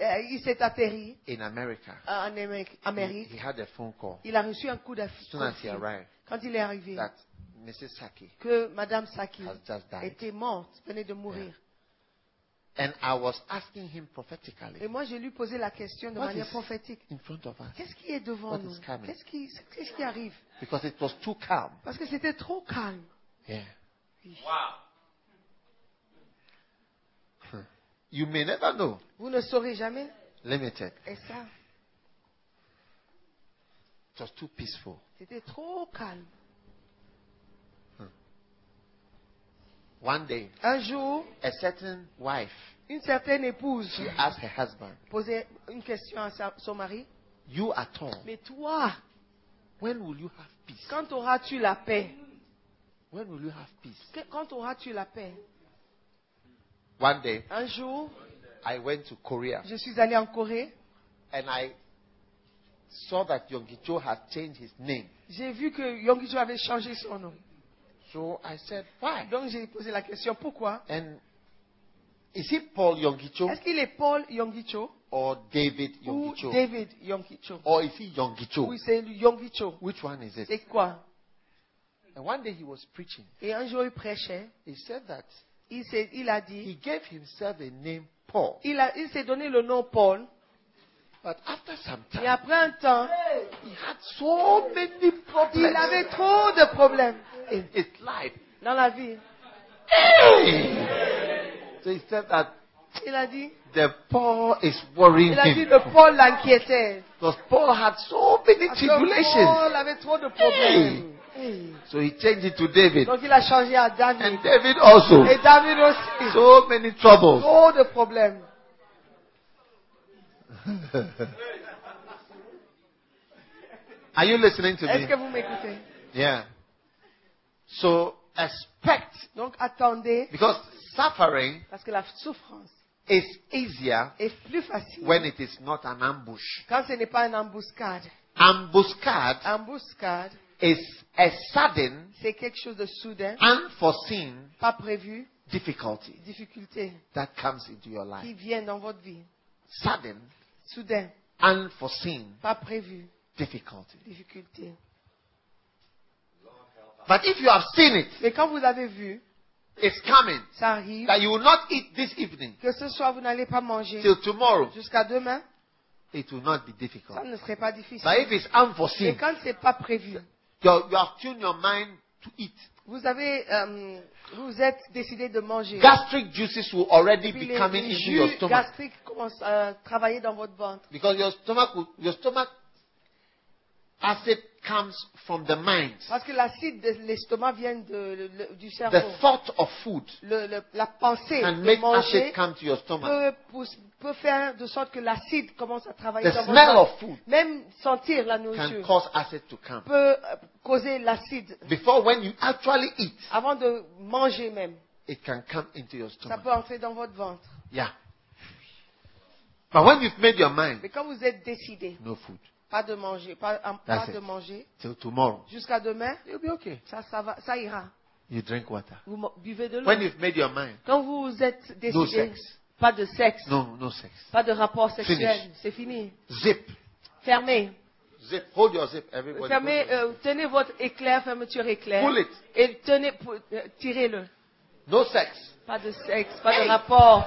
euh, il s'est atterri in America, euh, en Amérique, he, Amérique, he had a phone call il a reçu un coup as soon as he d'affilée arrived quand il est arrivé that Mrs. Saki que Madame Saki has just died. était morte, venait de mourir. And I was asking him prophetically, Et moi, je lui posais la question de What manière is- prophétique. in front of us Qu'est-ce qui est devant What nous is coming? Qu'est-ce qui, qu'est-ce qui arrive because it was too calm. Parce que c'était trop calme. Yeah. Wow. Hmm. You may never know. Vous ne saurez jamais. Limited. Et ça, It was too peaceful. c'était trop calme. One day, Un jour, a certain wife une certaine épouse asked her husband, posait une question à sa- son mari. "You at all? Mais toi, When will you have peace? quand auras-tu la paix When will you have peace?" Que- Quand auras-tu la paix One day, Un jour, I went to Korea je suis allée en Corée. and I saw that Yongicho had changed his name. J'ai vu que Yonggi Jo avait changé son nom. So I said, "Why?" Donc j'ai posé la question, pourquoi And is it Paul Yongicho Est-ce qu'il est Paul Yonggi Cho or David ou Yongicho? David Yonggi Cho Or is he Yongicho? Oui, c'est Yonggi Cho. Which one is it? C'est quoi And one day he was preaching. Et un jour, il prêchait. He said that Il, s'est- il a dit, he gave himself a name Paul, il, a- il s'est donné le nom Paul. but after some Et time après un temps, he had so many il problems avait trop de problèmes in his life. dans la vie. So he said that Il a dit, the Paul is worrying il a dit him de Paul l'inquiétait. because Paul had so many Parce que tribulations. Paul avait trop de problèmes. Hey. So he changed it to David, Donc il a changé à David. and David also Et David aussi. so many troubles. Trop de problèmes. I Are you listening to Est-ce me? que vous m'écoutez Yeah. So expect, Donc attendez, because suffering parce que la souffrance is easier est plus facile when it is not an ambush. quand ce n'est pas une embuscade. Ambuscade Embuscade, is a sudden, c'est quelque chose de soudain, unforeseen pas prévu, difficulty difficulté that comes into your qui life. vient dans votre vie. Sudden, Soudain, unforeseen pas prévu, difficulty. difficulté. But if you have seen it, Mais quand vous avez vu, it's coming. ça arrive, That you will not eat this evening que ce soir vous n'allez pas manger till tomorrow. jusqu'à demain, It will not be ça difficult. ne serait pas But difficile. if it's Mais unforeseen, quand ce n'est pas prévu, you you have tuned your mind to eat. vous avez, euh, vous êtes décidé de manger. Gastric juices will already Puis be les, coming les into your jus stomach gastriques commencent à travailler dans votre ventre. because your stomach, will, your stomach acid comes from the mind. Parce que l'acide de l'estomac vient de, le- le- du cerveau. The thought of food Le- le- la pensée can de make manger acid come to your stomach. peut, pousse- peut faire de sorte que l'acide commence à travailler The dans smell votre of ventre. food Même sentir la Can nourriture cause acid to come. peut euh, causer l'acide. Before when you actually eat, Avant de manger même, it can come into your ça stomach. peut entrer dans votre ventre. Yeah. But when you've made your mind, Mais quand vous êtes décidé, no food pas de manger, pas, en- pas That's it. de manger, till tomorrow. jusqu'à demain, You'll be okay. ça, ça, va, ça ira. You drink water. Vous mo- buvez de l'eau. When you've made your mind, Quand vous êtes décidé, No sex. pas de sexe, no, no sex. pas de rapport sexuel, Finish. c'est fini. Zip, Fermez. zip. Hold your zip, everybody. Fermez, Hold your euh, tenez votre éclair, fermeture éclair. Pull it. Et tenez, pou- euh, tirez-le. zip. No sex. Pas de sexe, pas Hey. de rapport.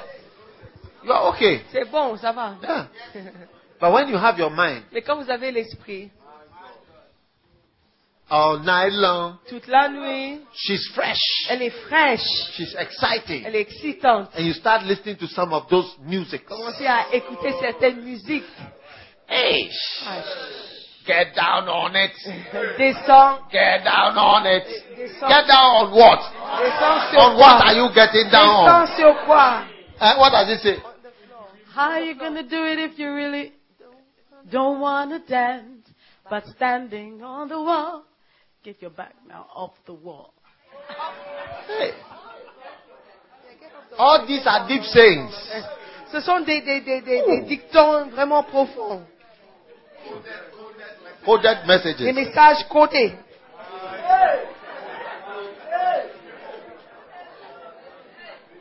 You are okay. C'est bon, ça va. Yeah. But when you have your mind Mais quand vous avez l'esprit, all night long, toute la nuit, oh, she's fresh. elle est fraîche, She's exciting. elle est excitante. And you start listening to some of those music. Commencez à écouter certaines musiques. Hey, sh- Ah, get down on it. Descends, Get down on it. descends, Get down on what? descends sur On what quoi are you getting down on? Descends sur quoi Eh, what does it say? How you gonna do it if you really don't wanna dance, but standing on the wall? Get your back now off the wall. Hey. All these are deep sayings. Ce sont des, des, des, des, des dictons vraiment profonds, Coded des messages. messages codés.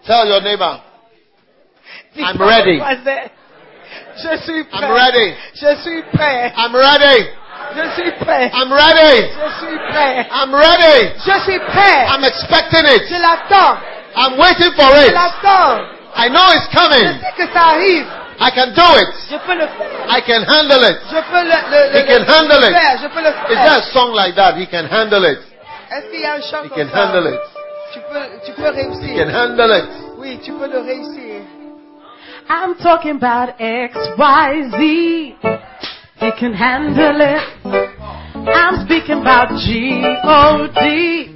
Tell your neighbor, I'm Dis-moi, ready. mademoiselle, Je suis prêt. I'm ready. Je suis prêt. I'm ready. Je suis prêt. I'm ready. Je suis prêt. I'm ready. Je suis prêt. I'm expecting Je it. l'attends. I'm waiting for Je it. l'attends. I know it's Je coming. sais que ça arrive. I can do it. Je peux le faire. I can handle it. Je peux le, le, He le, can le handle it. faire. Je peux le Is faire. there a song like that? He can handle it. Est-ce qu'il y a un chant He comme can ça handle it. Tu peux, tu peux He can réussir. handle it. Oui, tu peux le réussir. I'm talking about X, Y, Z. He can handle it. I'm speaking about G, O, D.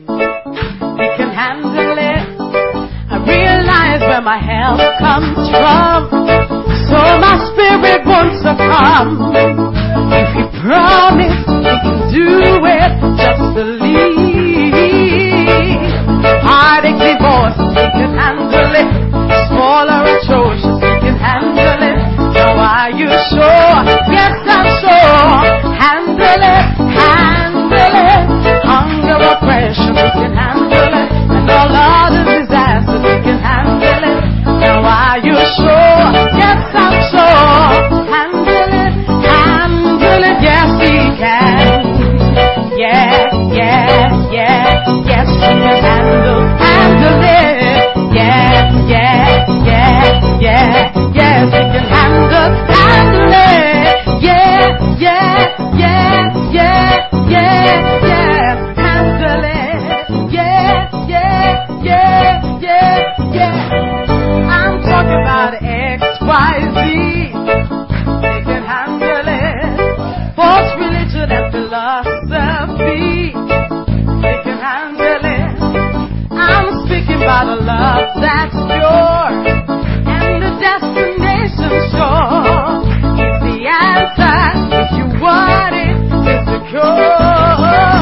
He can handle it. I realize where my help comes from. So my spirit won't succumb. If you promise you can do it, just believe. Heartache divorce, you can handle it. Smaller atrocious, you can handle it. Now are you sure? Yes, I'm sure. Handle it, handle it. Hunger, oppression, you can handle it. And all other disasters, you can handle it. Now are you sure? Yes, I'm sure. Handle it, handle it. Yes, he can. Yes, yes, yes, yes, she can handle, handle it. Yes, yes, yes, yes, yes, she can handle, handle it. Yes, yes, yes, yes, yes, yes, handle it. Yes, yes, yes, yes, yes. I'm talking about X, Y, Z they can handle it. False religion and philosophy, they can handle it. I'm speaking about a love that's pure and the destination sure. It's the answer if you want it, it's the cure.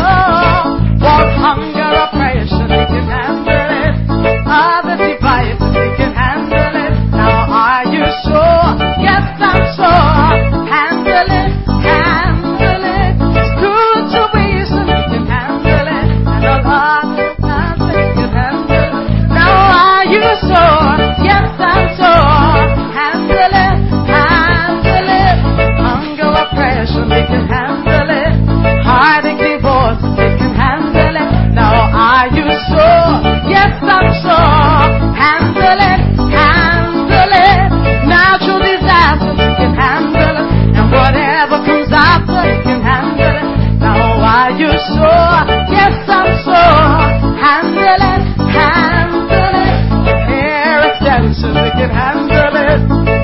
are you sure? Yes, I'm sure. Handle it, handle it. Air extension, we can handle it.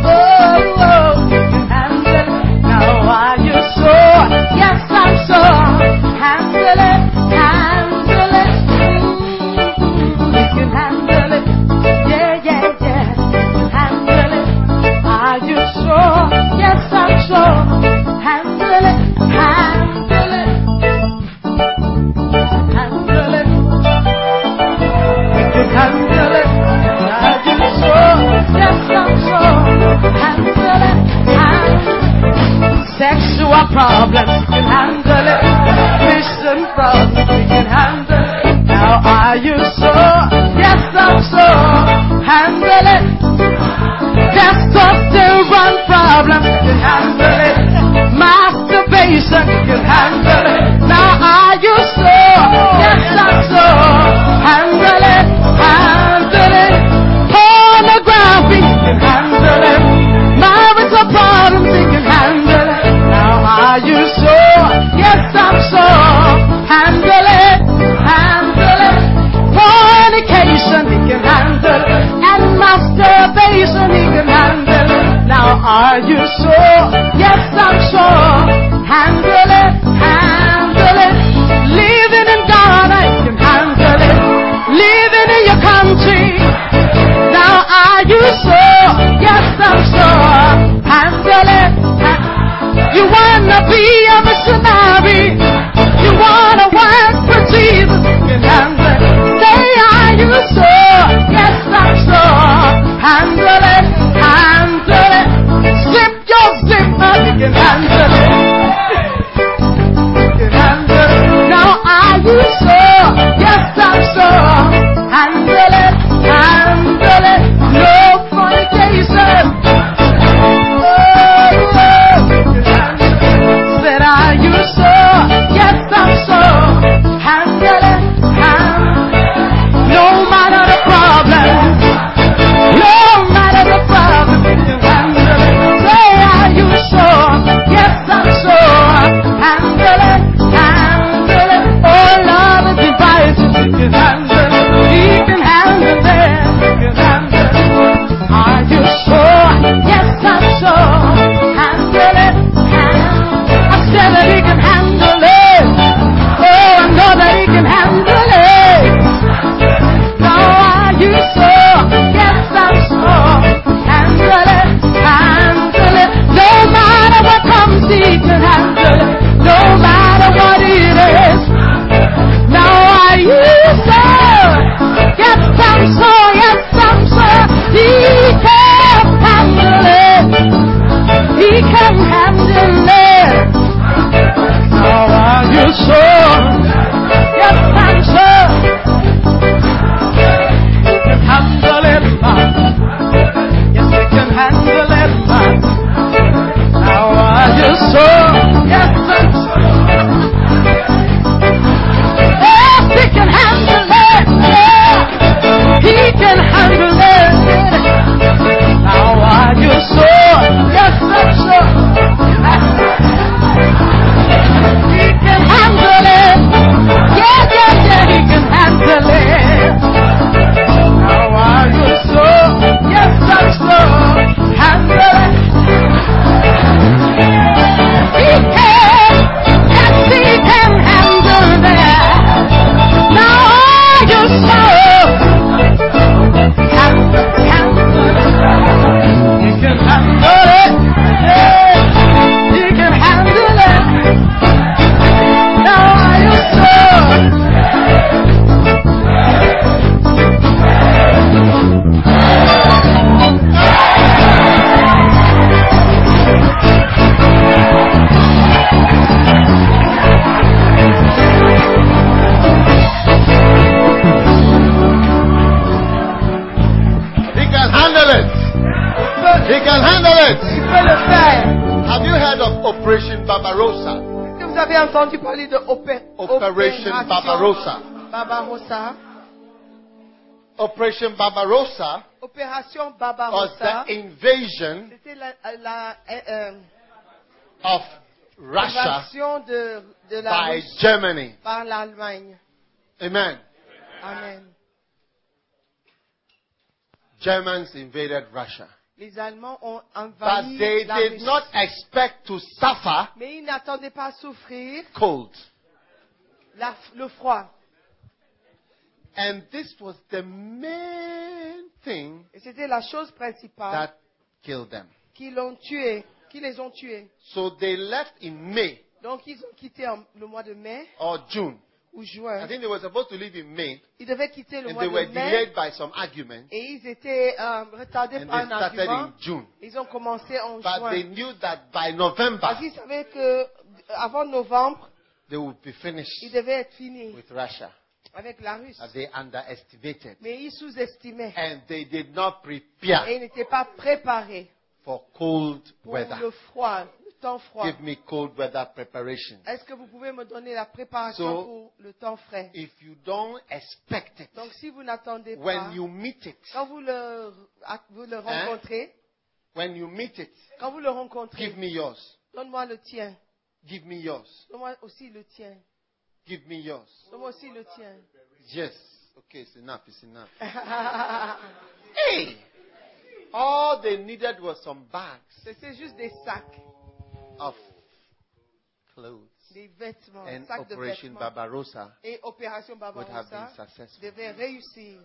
Oh, oh, we can handle it. Now are you sure? Yes, I'm sure. Handle it, handle it. Mm, we can handle it. Yeah, yeah, yeah. We can handle it. Are you sure? Yes, I'm sure. Handle it, handle it. Handle it. We can handle it. Are you sure? Yes, I'm sure. Handle it, handle it. Sexual problems, we can handle it. Mission problems, we can handle it. Now are you sure? Yes, I'm sure. Handle it. Testosterone problems, we can handle it. Masturbation, we can handle it. Now are you sure? Yes, I'm sure. Handle it, handle it. Pornography, we can handle it. Marital problems, we can handle it. Now are you sure? Yes, I'm sure. Handle it, handle it. Fornication, we can handle it. And masturbation, we can handle it. Now are you sure? Yes, I'm sure. Handle it, handle it. Living in Ghana, you can handle it. Living in your country. Now are you sure? Yes, I'm sure. Handle it. You wanna be a missionary? You wanna work for Jesus? You can handle it. Say, are you sure? Yes, I'm sure. Handle it. Handle it. Zip your zipper. You can handle it. You can handle it. Now are you sure? Yes, I'm sure. Handle it, handle it. No fornication. Oh, oh. Said, are you sure? Yes, I'm sure. Handle it, handle it. No matter the problem. No matter the problem. You can handle it. Say, are you sure? Yes, I'm sure. Handle it, handle it. Oh, love is inviting. You can handle it. You can handle it. You can handle it. Are you sure? Yes, I'm sure. Handle it, handle it. I said that he can handle it. Oh, I know that he can handle it. Now are you sure? Yes, I'm sure. Handle it, handle it. No matter what comes, he can handle it. No matter what it is. Now are you sure? Yes, I'm sure. Yes, I'm sure. He can handle it. He can handle it. Now are you sure? Yes, I'm sure can handle it, man. Yes, we can handle it, man. Now are you sure? Yes, I'm sure. Yes, we can handle it. Yeah. He can handle it. Now are you sure? Yes, I'm sure. He can handle it. Yeah, yeah, yeah, he can handle it. Now are you sure? Yes, I'm sure. Handle it. He can, yes, he can handle that. Now are you sure? Handle, handle it. He can handle it. Hey, he can handle it. Now are you sure? He can handle it. He can handle it. Il peut le faire. Have you heard of Operation Barbarossa? Est-ce que vous avez entendu parler de opé- Operation opération Barbarossa. Barbarossa. Operation Barbarossa Opération was Barbarossa. the invasion C'était la, la- euh, euh, of Russia L'invasion de, de la by Russie Germany. par l'Allemagne. Amen. Amen. Germans invaded Russia. Les Allemands ont But envahi they la did Russie. not expect to suffer Mais ils n'attendaient pas à souffrir cold. la- le froid. And this was the main thing Et c'était la chose principale that killed them. qui l'ont tué, qui les ont tués. So they left in May Donc ils ont quitté en- le mois de mai or June. ou I juin. think they were supposed to leave in May, Ils devaient quitter le and mois they were de mai delayed by some argument, et ils étaient euh, retardés and par they un started in argument. June. Ils ont commencé en But they juin. knew that by November Parce qu'ils savaient que euh, avant novembre, they would be finished ils devaient être finis with Russia. avec la Russie. As they underestimated, Mais ils sous-estimaient and they did not et prepare ils n'étaient pas préparés for cold pour le weather. froid, le temps froid. Give me cold weather preparation. Est-ce que vous pouvez me donner la préparation So, pour le temps frais If you don't expect it, Donc si vous n'attendez pas, when you meet it, quand vous le, à- vous le Hein? rencontrez, when you meet it, quand vous le give rencontrez, me yours, donne-moi le tien, give me yours, donne-moi aussi le tien, give me yours. donne-moi aussi le tien. Yes. Okay, it's enough, it's enough. hey! All they needed was some bags C'est c'est juste des sacs, of clothes. des vêtements, And sacs de Operation vêtements. Barbarossa Et Opération would have been Barbarossa successful. devait réussir.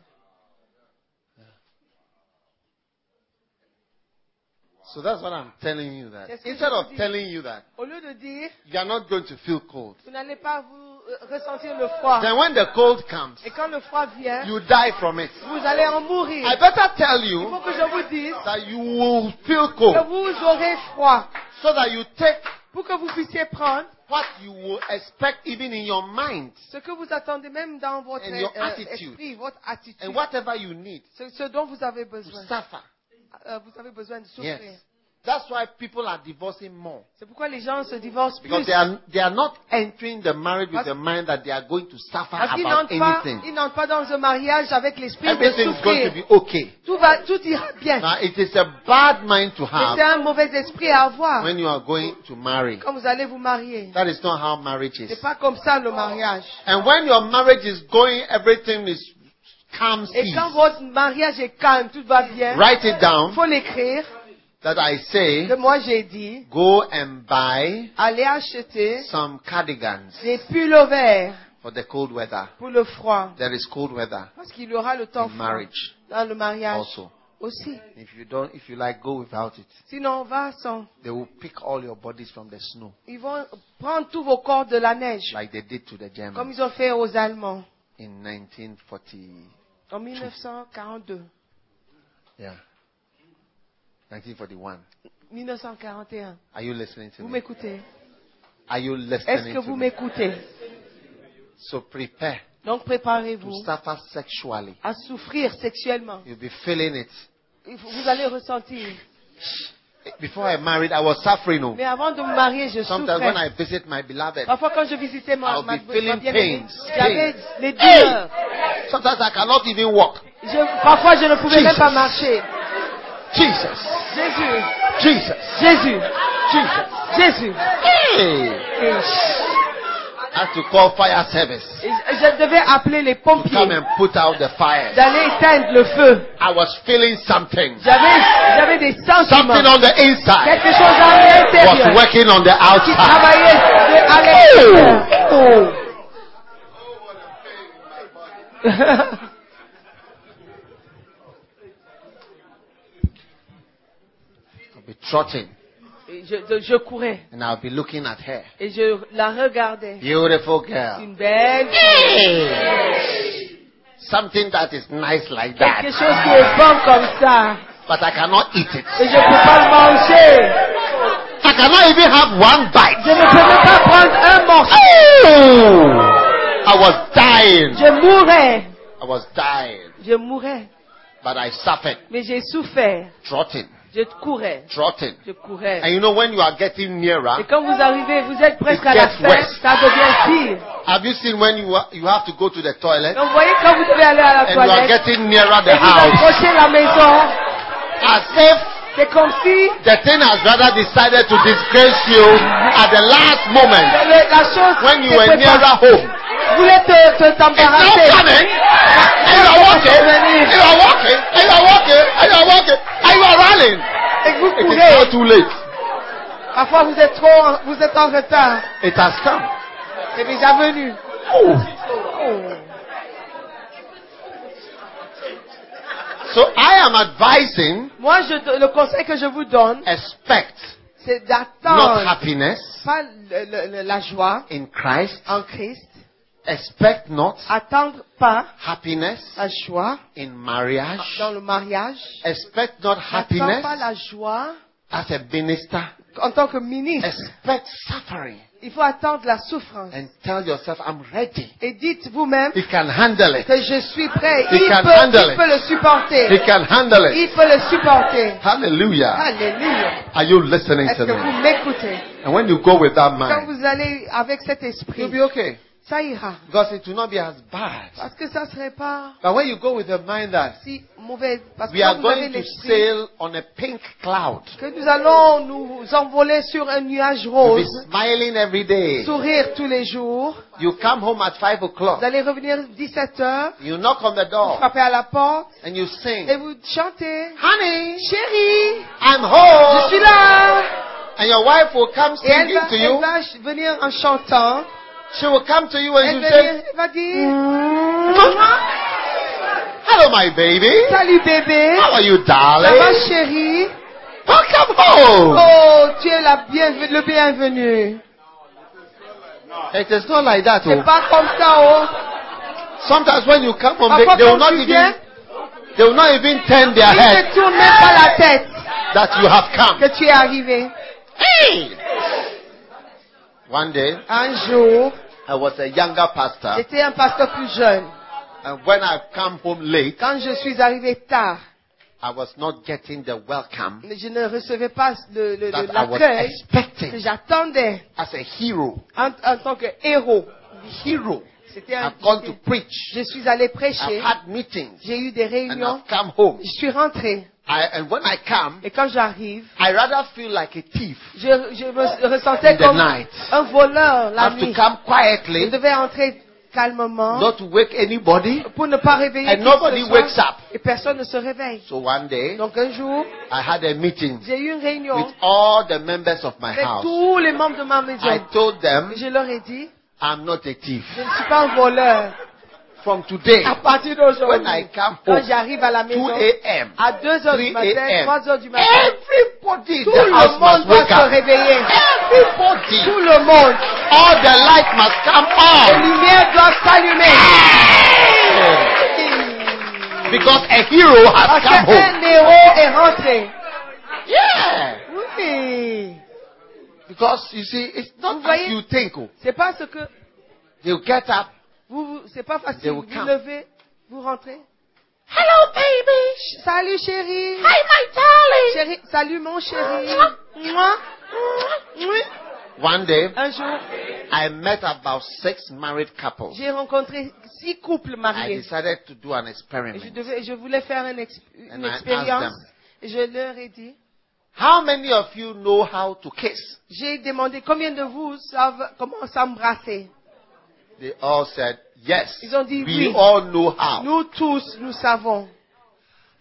So that's what I'm telling you that. That's what Instead you of did. telling you that, Au lieu de dire, you are not going to feel cold. vous n'allez pas vous euh, ressentir le froid. Then when the cold comes, Et quand le froid vient, you die from it. vous allez en mourir. I better tell Il faut you que je vous dise that you will feel que cold vous aurez froid so that you take pour que vous puissiez prendre what you will expect even in your mind ce que vous attendez même dans votre And your euh, attitude. esprit, votre attitude, and whatever you need ce, ce dont vous avez to besoin. suffer. Euh, vous avez besoin de souffrir. Yes. That's why people are divorcing more. C'est pourquoi les gens se divorcent Because plus. they are, they are not entering the marriage with Parce- the mind that they are going to suffer Parce qu'ils about n'entrent pas, anything. ils n'entrent pas dans un mariage avec l'esprit de Everything is going to souffrir. be okay. Tout, va, tout ira bien. Now, it is a bad mind to Mais c'est have un mauvais esprit à avoir when you are going to marry. quand vous allez vous marier. That is not how marriage is. C'est pas comme ça le mariage. And when your marriage is going, everything is calm Et seas. quand votre mariage est calme, tout va bien, Write it il down faut l'écrire. that I say, Que moi j'ai dit, go and buy allez acheter some cardigans des pullovers for the cold weather. pour le froid. There is cold weather Parce qu'il y aura le temps in froid marriage dans le mariage also. aussi. If you don't, if you like, go without it. Sinon, on va sans. They will pick all your bodies from the snow, Ils vont prendre tous vos corps de la neige, like they did to the comme Germans ils ont fait aux Allemands in 1940. en 1942, Yeah. 1941. 1941. Are you listening to Vous me? m'écoutez Are you Est-ce listening que to vous me? m'écoutez So prepare Donc to préparez-vous suffer sexually. à souffrir sexuellement. You'll be feeling it. Il faut- Vous allez ressentir. Before I married, I was suffering. oh. Mais avant de me marier, je Sometimes when souffrais. I visit my beloved, Parfois, quand je visitais ma, I'll ma, be ma feeling bien-aimée, pains, j'avais pains. les douleurs. sometimes I cannot even walk. Je- parfois, je ne pouvais même Jesus. pas marcher. Jesus, Jésus, Jesus, Jésus, Jesus. Jésus. Hey! Et, I had to call fire service et je devais appeler les to come pompiers, and put out the fire. d'aller éteindre le feu. I was feeling something. J'avais, j'avais des Something sentiments. on the inside Quelque chose à was l'intérieur working on the qui outside. travaillait de- à l'intérieur. I'll be trotting Et Je, je courais and I'll be looking at her. et je la regardais. Beautiful girl. Une belle, Hey! Something that is nice like that. quelque chose qui est bon comme ça. But I cannot eat it. Et je ne peux pas le manger. I cannot even have one Je ne bite. peux même pas prendre un morceau. Oh! I was dying. Je mourais. I was dying. Je mourais. But I suffered. Mais j'ai souffert. Trotting. Je courais. Trotting. Je courais. And you know, when you are getting Et nearer, quand vous arrivez, vous êtes presque It à la gets fin, worse. ça devient pire. have you seen when you, are, you have to go to the toilet Donc vous voyez quand vous devez aller à la and you are toilette, getting nearer et the vous house approchez la maison, as if C'est comme si The thing has rather decided to disgrace you at the last moment le- la chose when you s'est were préparée. nearer home. voulait te, te It's now t'embarrasser. coming. And you are walking. And you are walking. And you are walking. And you are walking. And you are running. Et que vous It is now courez. too late. Parfois vous êtes trop, en- vous êtes en retard. It has come. C'est déjà venu. So I am advising Moi, je, le conseil que je vous donne, expect c'est not d'attendre happiness pas le- le- le- la joie in Christ. en Christ, Expect not attendre pas happiness la joie in marriage. dans le mariage, Expect Ah, not attendre pas happiness la joie as a minister. en tant que ministre. Expect suffering Il faut attendre la souffrance. and tell yourself, I'm ready. Et dites vous-même He can handle it. que je suis prêt. He Il can peut, handle il it. peut le He supporter. can handle it. Il peut le supporter. Hallelujah. Alléluia. Are you listening Est-ce to que me? vous m'écoutez? And when you go with that Quand mind, vous allez avec cet you'll esprit, be okay. ça ira. Because it will not be as bad. Parce que ça serait pas But when you go with the mind that si mauvais. Parce que we quand are vous avez going to l'esprit sail on a pink cloud, que nous allons nous envoler sur un nuage you'll be rose, smiling every day. sourire tous les jours, You come home at 5 o'clock, vous allez revenir 17 heures, you knock on the vous door, frappez à la porte and you sing, et vous chantez. Honey, Chérie, I'm je suis home. là. And your wife will come Et elle singing va, to elle you. va ch- venir en Euh, chantant. She will come to you and Elle you va say, dire- elle va Mm. dire Hello, my baby. Salut bébé, How are you, ça va darling? chérie. Welcome home. Oh, tu es la bienvenue, le bienvenu. It is not like that. C'est Oh. pas comme ça, oh. Sometimes when you come home, they, Parfois they will quand not tu even viens, they will not even turn their ils head ne tournent même pas la tête that you have come. que tu es arrivé. Hey! One day, Un jour, I was a younger pastor, j'étais un pasteur plus jeune. and when I come home late, Quand je suis arrivé tard, I was not getting the welcome je ne recevais pas le- le- that le- I was l'accueil que expecting j'attendais as a hero. en, en tant que héros. Hero. C'était un, I've gone to j'étais- preach. je suis allé I've prêcher, had meetings, j'ai eu des and réunions, I've come home. je suis rentré. I, and when I come, Et quand j'arrive, I rather feel like a thief. je, je me ressentais Uh, In the comme night. un voleur I la have to nuit. come Je quietly, devais entrer calmement not to wake anybody. pour ne pas réveiller And qui que ce nobody soit. wakes up. et personne ne se réveille. So one day, Donc un jour, I had a meeting j'ai eu une with réunion all the members of my avec house. tous les membres de ma I maison. told them, Et je leur ai dit, I'm not a thief. je ne suis pas un voleur. From today, À 2 partir When I d'aujourd'hui, come quand home, j'arrive à la maison, a.m., à 2 heures 3 du matin, 3 heures a.m., du matin, everybody in tout the le house must monde doit wake se up. réveiller. Tout Everybody. le monde. All the light must come Les on. lumières doivent s'allumer. Because a hero has Parce come home. qu'un héros est rentré. Yeah. Oui. Because you see, it's not Vous voyez? as you think. oh. C'est pas ce que You get up. vous, vous- c'est pas They facile. will Vous come. levez, vous rentrez. Hello, baby. Salut chérie. Hey, my darling. Chérie, salut mon chéri. Moi, oui. One day, Un jour, I met about six married couples. j'ai rencontré six couples I mariés. decided to do an Et je experiment. devais, je voulais faire une, ex- une And I asked expérience. them. Et Je leur ai dit, How many of you know how to kiss? j'ai demandé combien de vous savent comment s'embrasser. They all said, yes. Ils ont dit we oui. all know how. Nous tous, nous savons.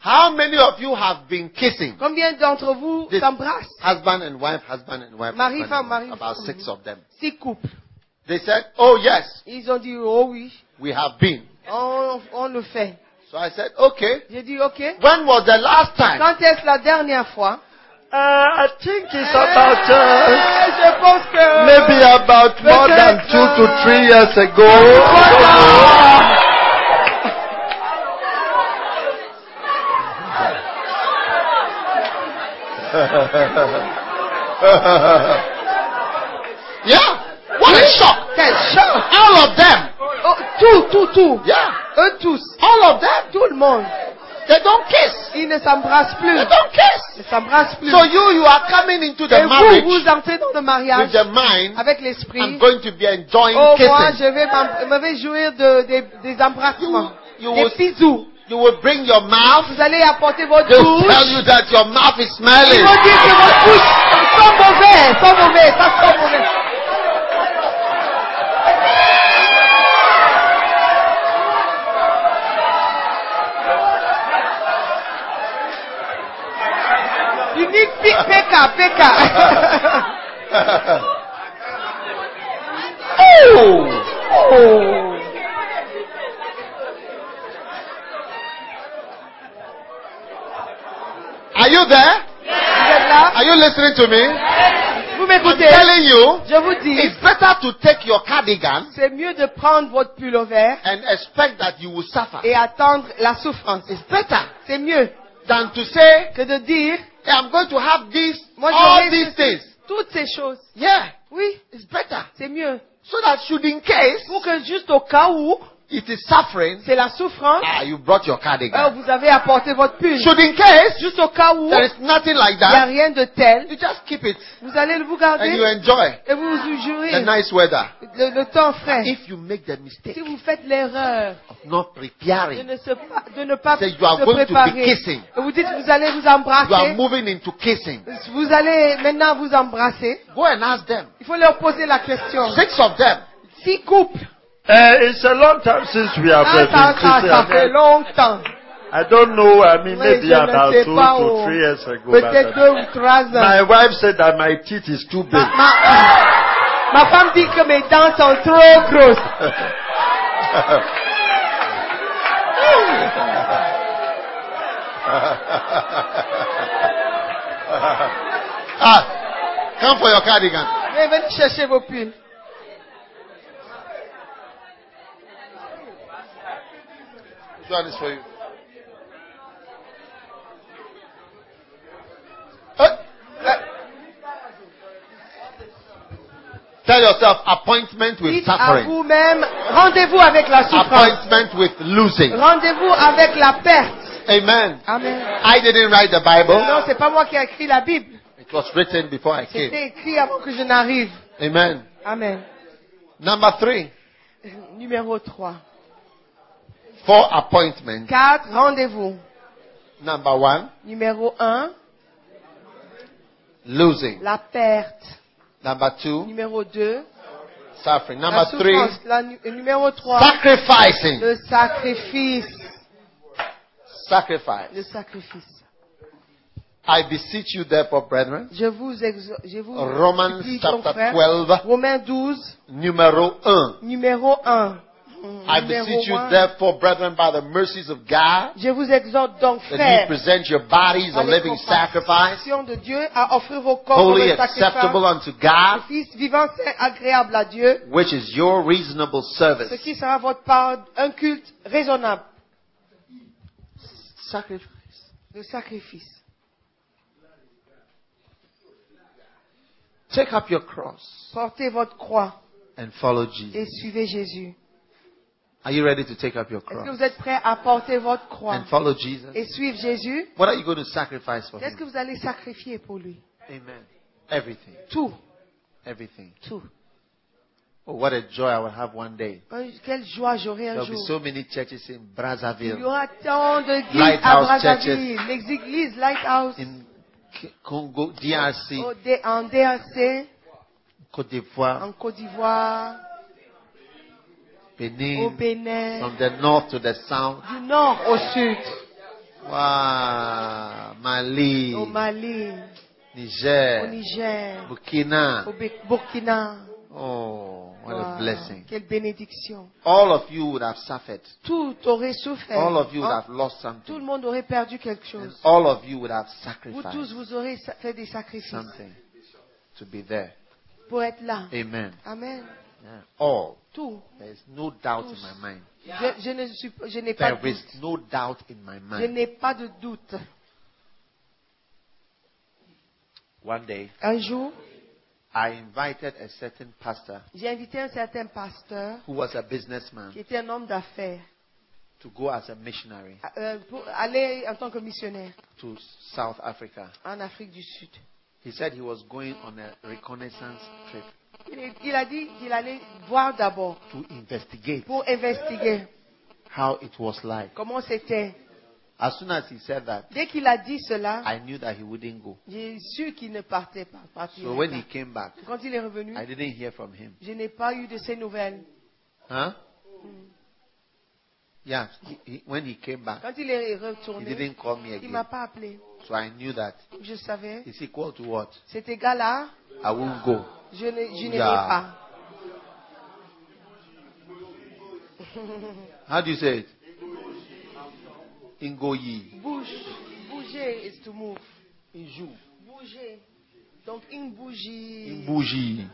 How many of you have been kissing? Combien d'entre vous This- s'embrassent? Husband and wife, husband and wife. Mari, husband femme, and wife, mari, About femme. six of them. Six couples. They said, oh yes, Ils ont dit, oh oui, we have been. on, on le fait. So I said, okay. J'ai dit, ok. When was the last time? Quand est-ce la dernière fois? Euh, I think it's Euh, je pense que... Maybe about more than Peut-être, two to euh, three years ago. yeah. What a shock. Quel choc! All of them. Oh, tout, tout, tout. Yeah. Eux tous, All of them. tout le monde, They don't kiss. ils ne s'embrassent plus. They don't Ils ne kiss. s'embrassent plus. So you, you are coming into Et the vous, marriage vous entrez dans le mariage with the mind. avec I'm l'esprit. going to be enjoying Oh, moi, kissing. je vais, m'em- je vais jouir de, des- des embrassements, You- you des will- bisous. You will bring your mouth. Vous allez apporter votre They will tell bouche. you that your mouth is Ils smelling. vont dire que votre bouche sent mauvais, sent mauvais, ça sent mauvais. You need big PK, PK. Are you there? Vous êtes là? Are you listening to me? Vous I'm m'écoutez? telling you, Je vous dis, it's better to take your cardigan c'est mieux de prendre votre pull au vert and expect that you will suffer. et attendre la souffrance. It's better C'est mieux than to say, que de dire, "Hey, I'm going to have these, moi all je these vais things. toutes ces choses. Yeah, Oui, it's better. c'est mieux. So that should in case Pour que juste au cas où it is suffering, c'est la souffrance, ah, you brought your alors cardigan. vous avez apporté votre pull. Should in case Juste au cas où there il is nothing like n'y a that, rien de tel, you just keep it vous allez le vous and you garder enjoy et vous vous jurez the nice weather. le, le temps frais. If you make the mistake Si vous faites l'erreur of not de preparing, ne, se pa- de ne pas Say you are se going to be préparer, kissing. et vous dites vous allez vous you are embrasser, moving into kissing. vous allez maintenant vous embrasser, Go and ask them. il faut leur poser la question. Six of them. Six couples, Uh, it's a long time since we have ça, uh, ça, been ça, ça fait kissing. longtemps. I don't know. I mean, Oui, maybe je about ne two sais pas, to oh, three years ago. but, peut-être uh, deux ou trois ans. my wife said that my teeth is too big. Ma, ma- ma femme dit que mes dents sont trop grosses. Ah, come for your cardigan. Mais venez chercher vos pulls. Which one is for you? Eh, eh. Tell yourself appointment with Dites à suffering, vous-même, rendez-vous avec la souffrance. appointment with losing. Rendez-vous avec la perte. Amen. Amen. I didn't write the Non, Bible. c'est pas moi qui ai écrit la Bible. It was written before I came. C'était écrit avant que je n'arrive. Amen. Amen. Number three, Numéro 3. four appointments. 4. Rendez-vous. Number one, Numéro 1. losing. La perte. Number two, Numéro 2. suffering. La Number three, souffrance. La nu- numéro 3. sacrificing. Le sacrifice. Sacrifice. Le sacrifice. I beseech you, therefore, brethren, Je vous exhorte. Je vous Romans supplie, donc, chapter frère. 12, Romains 12. numéro 1. Numéro 1. I beseech you, therefore, brethren, by the mercies of God, Je vous exhorte donc, that you frères, present your bodies a par les living sacrifice, compassions de Dieu, à offrir vos corps comme wholly un acceptable sacrifice, unto God, fils vivant, saint, agréable à Dieu, which is your reasonable ce service. qui sera votre part, un culte raisonnable, Sacrifice. le sacrifice. Take up your cross Portez votre croix and follow Jesus. et suivez Jésus. Are you ready to take up your Est-ce que cross vous êtes prêts à porter votre croix and follow Jesus? et suivre Jésus? What are you going to sacrifice for Qu'est-ce que him? vous allez sacrifier pour lui? Amen. Everything. Tout, Everything. tout. Oh, what a joy I will have one day. Euh, Quelle joie j'aurai There un will be jour. so many churches in Il y Brazzaville, aura tant d'églises à Lighthouse Brazzaville, les églises Lighthouse, in K- Congo, au DRC, D- en DRC, Côte d'Ivoire, en Côte d'Ivoire, au oh, Benin, Bénin, from the north to the south. du nord au sud, Wow, Mali, au Mali, au Oh, Niger, Niger, au Burkina. Bu- Burkina. Oh, what Wow, a blessing. Quelle bénédiction. All of you would have suffered. Tout aurait souffert. All of you Oh. would Hein? have lost Tout le something. monde aurait perdu quelque And chose. all of you would have Vous tous, sacrificed vous aurez sa- fait des sacrifices something to be there. pour être là. Amen. Amen. Yeah. All. Tout. There is no doubt in my mind. Je, je ne suis, je n'ai pas de There is doute. no doubt in my Je mind. n'ai pas de doute. One day, Un jour, I invited a certain pastor j'ai invité un certain pasteur who was a businessman qui était un homme d'affaires to go as a missionary à- euh, pour aller en tant que missionnaire to South Africa. en Afrique du Sud. He said he was going on a reconnaissance trip Il, est- il a dit qu'il allait voir d'abord to investigate pour investiguer how it was like. Comment c'était As soon as he said that, Dès qu'il a dit cela, I knew that he wouldn't go. j'ai su qu'il ne partait pas. partirait So when pas. he came back, Quand il est revenu, I didn't hear from him. je n'ai pas eu de ses nouvelles. Huh? Yeah, he, he, when he came back, Quand il est he retourné, didn't call me il ne again. m'a pas appelé. So I knew that. Je savais, It's equal to what? cet gars-là, I won't go. je ne- je n'aimais Yeah. pas. How do you say it? Ingoyi. Bouge, bouger is to move. Inju. Bouger. Donc une bougie, Imbuji.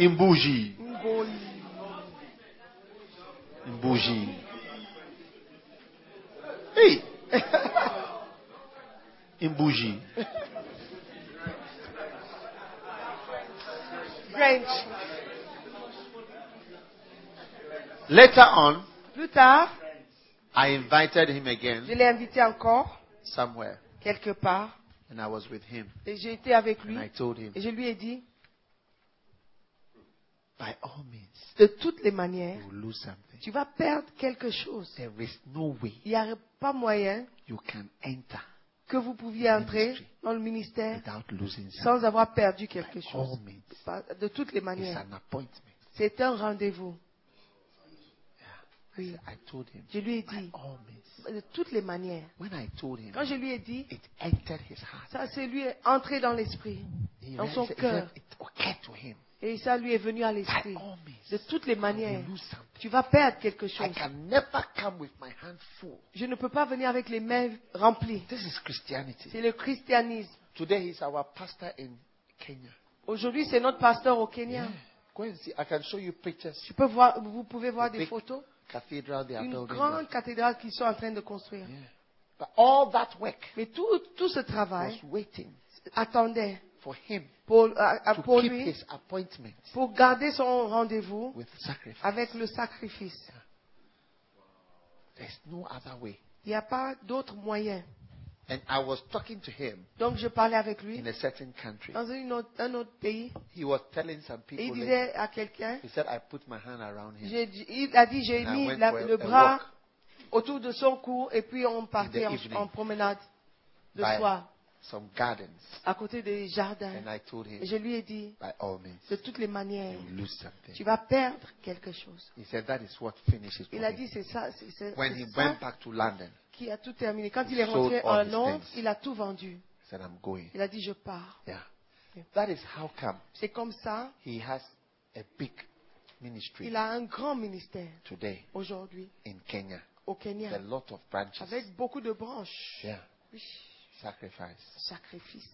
Imbuji. une goalie. Imbuji. Hey! Imbuji. French. Later on, Plus tard, I invited him je again l'ai invité encore, somewhere, quelque part, and I was with him. et j'ai été avec lui, And I told him, et je lui ai dit, by all means, de toutes les you manières, will lose something. tu vas perdre quelque chose. There is no way Il n'y a pas moyen you can enter que vous pouviez entrer dans le ministère without losing something. sans avoir perdu quelque By chose. all means, Pas- De toutes les it's manières. an appointment. C'est un rendez-vous. Oui. I told him, Je lui ai by dit, all means. de toutes les manières. When I told him, Quand je lui ai dit, it entered his heart. ça, c'est lui est entré dans l'esprit, He dans son realized- he cœur. said It occurred to him. Et ça lui est venu à By l'esprit. all means, De toutes les I manières, will lose something. tu vas perdre quelque I chose. can never come with my hand full. Je ne peux pas venir avec les mains remplies. This is Christianity. C'est le christianisme. Today he's our pastor in Kenya. Aujourd'hui, c'est notre pasteur au Kenya. Go and see. I can show you pictures. Tu peux voir, vous pouvez voir des Big photos. Cathedral they are Une building. grande there. cathédrale qu'ils sont en train de construire. Yeah. But all that work Mais tout, tout ce travail was waiting attendait for him pour, à- à- to pour keep lui, his appointment pour garder son rendez-vous with sacrifice. avec le sacrifice. There's no other way. Il n'y a pas d'autre moyen. And I was talking to him Donc je parlais avec lui in a certain country. dans une autre- un autre pays. He was telling some Et il people. later, disait à quelqu'un, He said, I put my hand around him. j'ai dit- il a dit, j'ai And I mis went la- for a- le a bras walk. autour de son cou et puis on partait the en, evening. en promenade le by soir some gardens. à côté des jardins. And I told him, Et je lui ai dit, by all means, de toutes les manières, you will lose tu something. vas perdre quelque chose. He said, that is what finishes Il for a me." dit, c'est ça, c'est c'est- When c'est he ça went back to London, qui a tout terminé. Quand he il est sold rentré all en his Londres, things. il a tout vendu. he said, I'm going. Il a dit, je pars. Yeah. Yeah. That is how come C'est comme ça, he has a big ministry il a un grand ministère today aujourd'hui in Kenya. au With a Kenya, lot of branches. avec beaucoup de branches. Yeah. Oui, Sacrifice. sacrifice.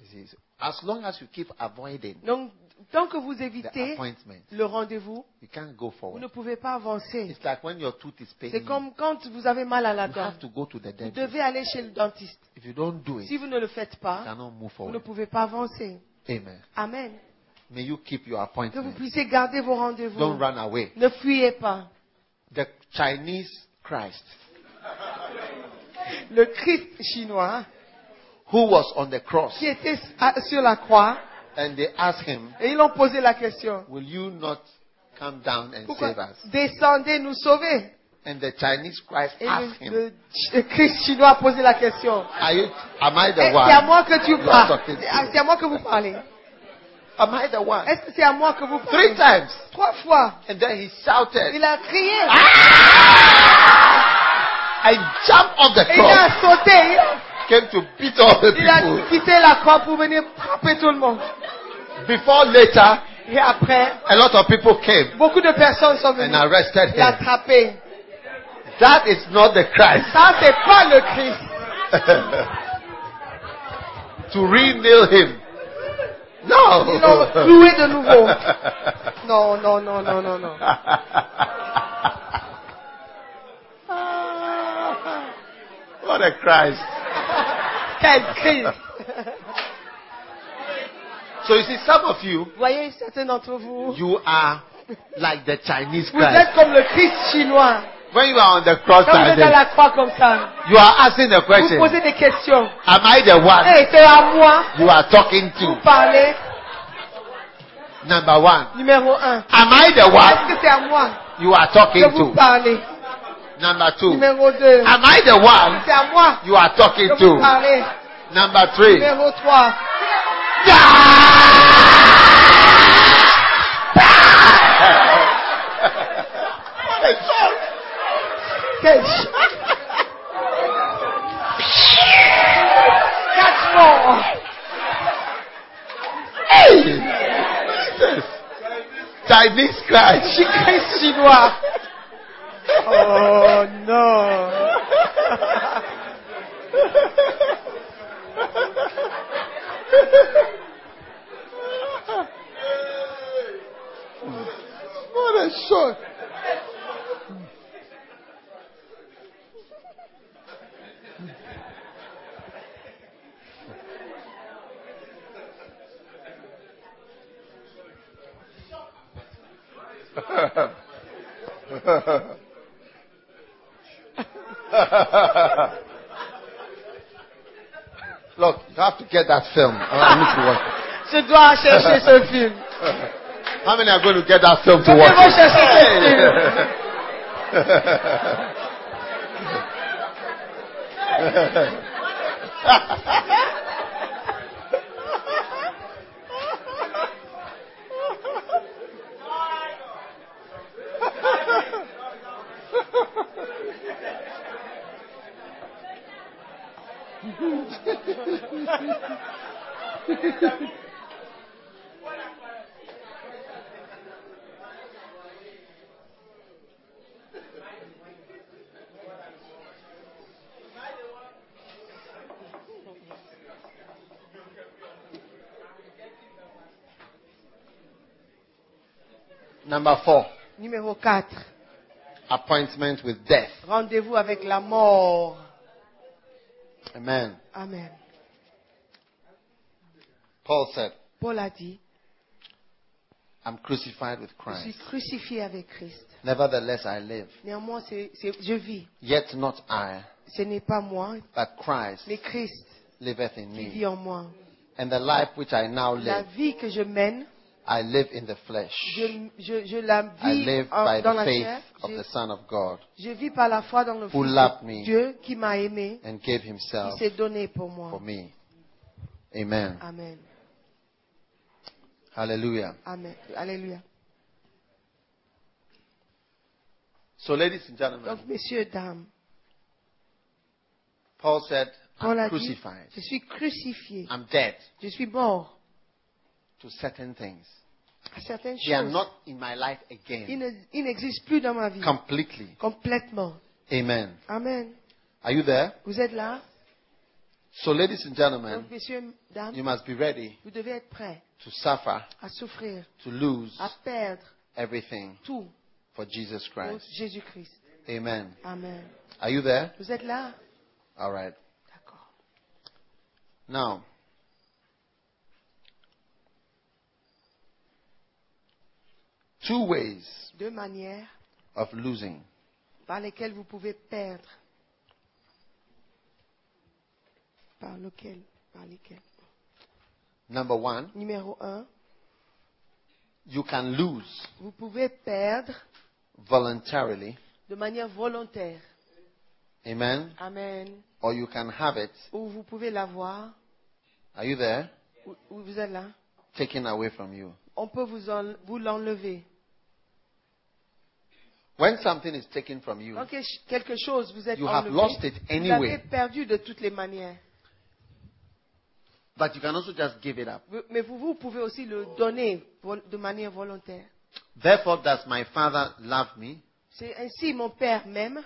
You see, As long as you keep avoiding Donc, tant que vous the évitez appointment, le rendez-vous, you can't go vous forward. ne pouvez pas avancer. It's like when your tooth is C'est paining. you. comme quand vous avez mal à la You dent. have to go to the Vous dentist. devez aller chez le dentiste. If you don't do it, Si vous ne le faites you pas, cannot move vous ne forward. pouvez pas avancer. Amen. Amen. May you keep your Que vous appointment. puissiez garder vos Don't rendez-vous. run away. Ne fuyez pas. The Chinese Christ, Le Christ chinois hein, who was on the cross, qui était à- sur la croix, and they asked him, et ils l'ont posé la question. Will you not come down and Pourquoi save us? descendez nous sauver And the Chinese Christ Et le, asked him, le Ch- le Christ chinois a posé la question. Are you, Am I Eh, the C'est à moi one? que tu You are parles. talking to C'est à c'est à moi que vous parlez. Am I the one? Est-ce que c'est à moi que vous Three parlez times. Trois fois. And then he shouted Il a crié. Ah, and jumped off the Et il cross, a sauté. came to beat all the Il a people. quitté la croix pour venir frapper tout le monde. Before later, Et après, a lot of people came beaucoup de personnes sont and venues arrested him. l'attraper. That is not the Christ. Ça, c'est pas le Christ. to re-nail him. No. Ils l'ont cloué de nouveau. Non, non, non, non, non, non. what a Christ. Quel Christ. So you see, some of you, Vous voyez, certains d'entre vous, you are like the Chinese vous êtes Christ. comme le Christ chinois. When you are on the cross, Quand vous like êtes à this, la croix comme ça, you are asking the vous question, posez des questions. am I the one Hey, c'est à moi you are talking de vous to? parler. Number one. Numéro un. Am I the Est-ce one que c'est à moi you are talking de vous to. parler. Number two. Numéro 2. Am I the one C'est à moi you are talking de vous to? parler. Number three. Numéro 3. Quel ch- Quatre mots. Chinese Christ. Christ chinois. Oh non. What a shock. Look, you have to get that film. I need to watch it. Je dois chercher ce film. How many are going to get that film to Combien watch? vont it? chercher ce film Number four, Numéro 4. appointment with death. Rendez-vous avec la mort. Amen. Amen. Paul said, Paul a dit, I'm crucified with je suis Christ. crucifié avec Christ. Nevertheless, I live. Néanmoins, c'est- c'est- je vis. Yet not I, Ce n'est pas moi, but Christ mais Christ liveth in qui me. vit en moi. And the life which I now La live, vie que je mène, I live in the flesh. je, je- je la I vis live en- by dans the la chair. faith of the Je, Son of God je vis par la foi dans le Who Fils loved de me. Dieu qui m'a aimé, and gave qui himself s'est donné pour for moi. me. Amen. Amen. Hallelujah. Amen. Alléluia. So, ladies and gentlemen, Donc, messieurs, dames, Paul said, I'm Paul a dit, crucified. je suis crucifié. I'm dead Je suis mort to certain things. à certaines They are choses. not in my life Ils again ne- ils n'existent plus dans ma vie. completely. Complètement. Amen. Amen. Are you there? Vous êtes là? So, ladies and gentlemen, Donc, messieurs, dames, you must be ready vous devez être prêts to suffer, à souffrir, to lose à perdre everything tout for Jesus pour Christ. Jésus-Christ. Amen. Amen. Are you there? Vous êtes là? All right. D'accord. Now, two ways Deux manières of losing. par lesquelles vous pouvez perdre. Par lequel Par lesquelles Number one, Numéro un, you can lose vous pouvez perdre voluntarily. de manière volontaire. Amen. Amen. Or you can have it. Ou vous pouvez l'avoir. Are you there? Ou ou vous êtes là. Taken away from you. On peut vous, en- vous l'enlever. When something is taken from you, Quand que- quelque chose vous êtes You have enlevé, lost it vous anyway. avez perdu de toutes les manières. but you can also just give it up. Vous- Mais vous, vous pouvez aussi le donner vol- de manière volontaire. Therefore, does my Father love me? C'est ainsi mon Père m'aime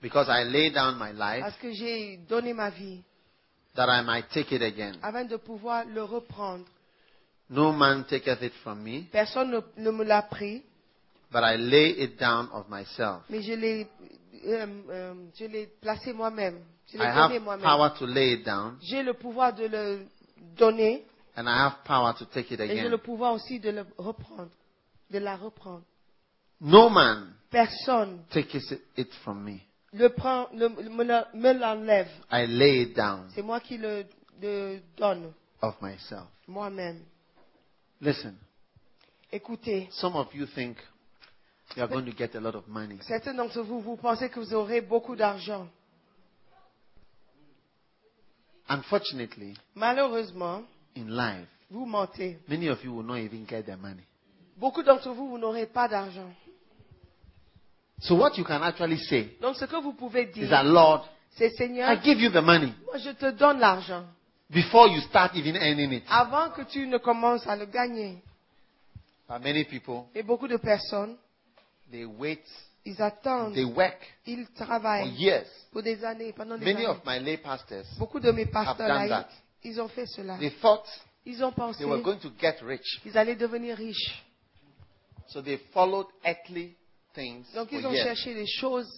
Because I lay down my life parce que j'ai donné ma vie that I might take it again. afin de pouvoir le reprendre. No man taketh it from me, Personne ne, ne me l'a pris, but I lay it down of myself. mais je l'ai euh, euh, je l'ai placé moi-même. Je I l'ai donné have moi-même. power to lay it down, J'ai le pouvoir de le donner and I have power to take it et j'ai le again. pouvoir aussi de le reprendre, de la reprendre. No man Personne taketh it from me. le prend, le- me la- me l'enlève. I lay it down C'est moi qui le, le donne, of myself. moi-même. Listen, Écoutez, some of you think You are going to get a lot of money. Certains d'entre vous, vous pensez que vous aurez beaucoup d'argent. Unfortunately, Malheureusement, in life, vous mentez. many of you will not even get the money. Beaucoup d'entre vous, vous n'aurez pas d'argent. So what you can actually say Donc ce que vous pouvez is dire, that Lord, c'est Seigneur, I give you the money moi je te donne l'argent before you start even earning it. avant que tu ne commences à le gagner. But many people Et beaucoup de personnes, they wait, ils attendent, they work ils for travaillent years. pour des années, pendant des Many années. of my lay pastors, Beaucoup de mes pasteurs done laïcs, that. ils ont fait cela. they thought Ils ont pensé they were going to get rich, qu'ils allaient devenir riches. so they followed earthly things Donc for ils ont years. cherché des choses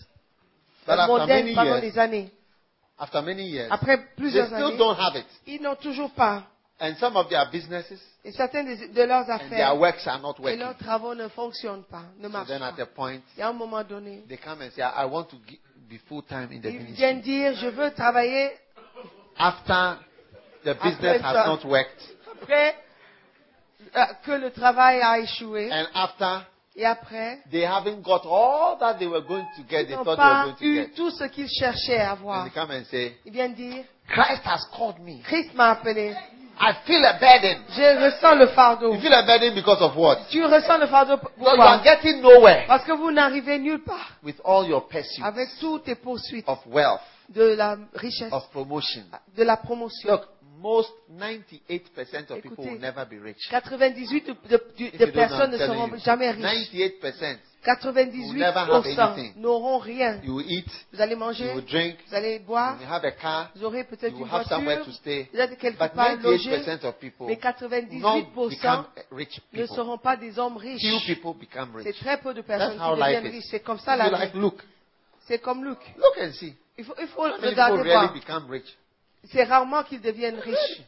But after modernes many pendant years, des années. after many years, Après they plusieurs still années, don't have it, ils n'ont toujours pas. and some of their businesses Et certains des- de leurs and their affaires works are not et working. leurs travaux ne fonctionnent pas, ne So marchent then at a pas. point, Et à un moment donné, they come and say, I want to gi- be full time in the ils viennent ministry. dire, je veux travailler After the business has ça. not worked, après euh, que le travail a échoué. and after Et après, they haven't got all that they were going to get, ils they n'ont thought they were pas going to eu get. tout ce qu'ils cherchaient à And avoir. they come and say, Ils viennent dire, Christ has called me. Christ m'a appelé. I feel a burden. Je ressens le fardeau. You feel a burden because of what? Tu ressens le fardeau So you are pourquoi getting nowhere Parce que vous n'arrivez nulle part with all your pursuits avec toutes tes poursuites of wealth, de la richesse, of promotion. de la promotion. Look, most 98% of people will Écoutez. never be rich. 98 de, de- du- If you de don't know, personnes I'm ne telling seront you, jamais riches. 98%. You never have 98% anything. n'auront rien. You will eat, Vous allez you manger, will drink, vous allez you boire, will have a car, vous aurez peut-être you une will have somewhere voiture, to stay. peut-être quelque But part logé, 98% of people mais will not become 98% rich ne people. seront pas des hommes Few riches. people become C'est rich. très peu de That's personnes how qui life deviennent is. riches. C'est comme If ça you la like, vie. look, C'est comme Luc. look and see. Il faut, il faut Many people regarder really voir. become rich. C'est rarement qu'ils deviennent riches.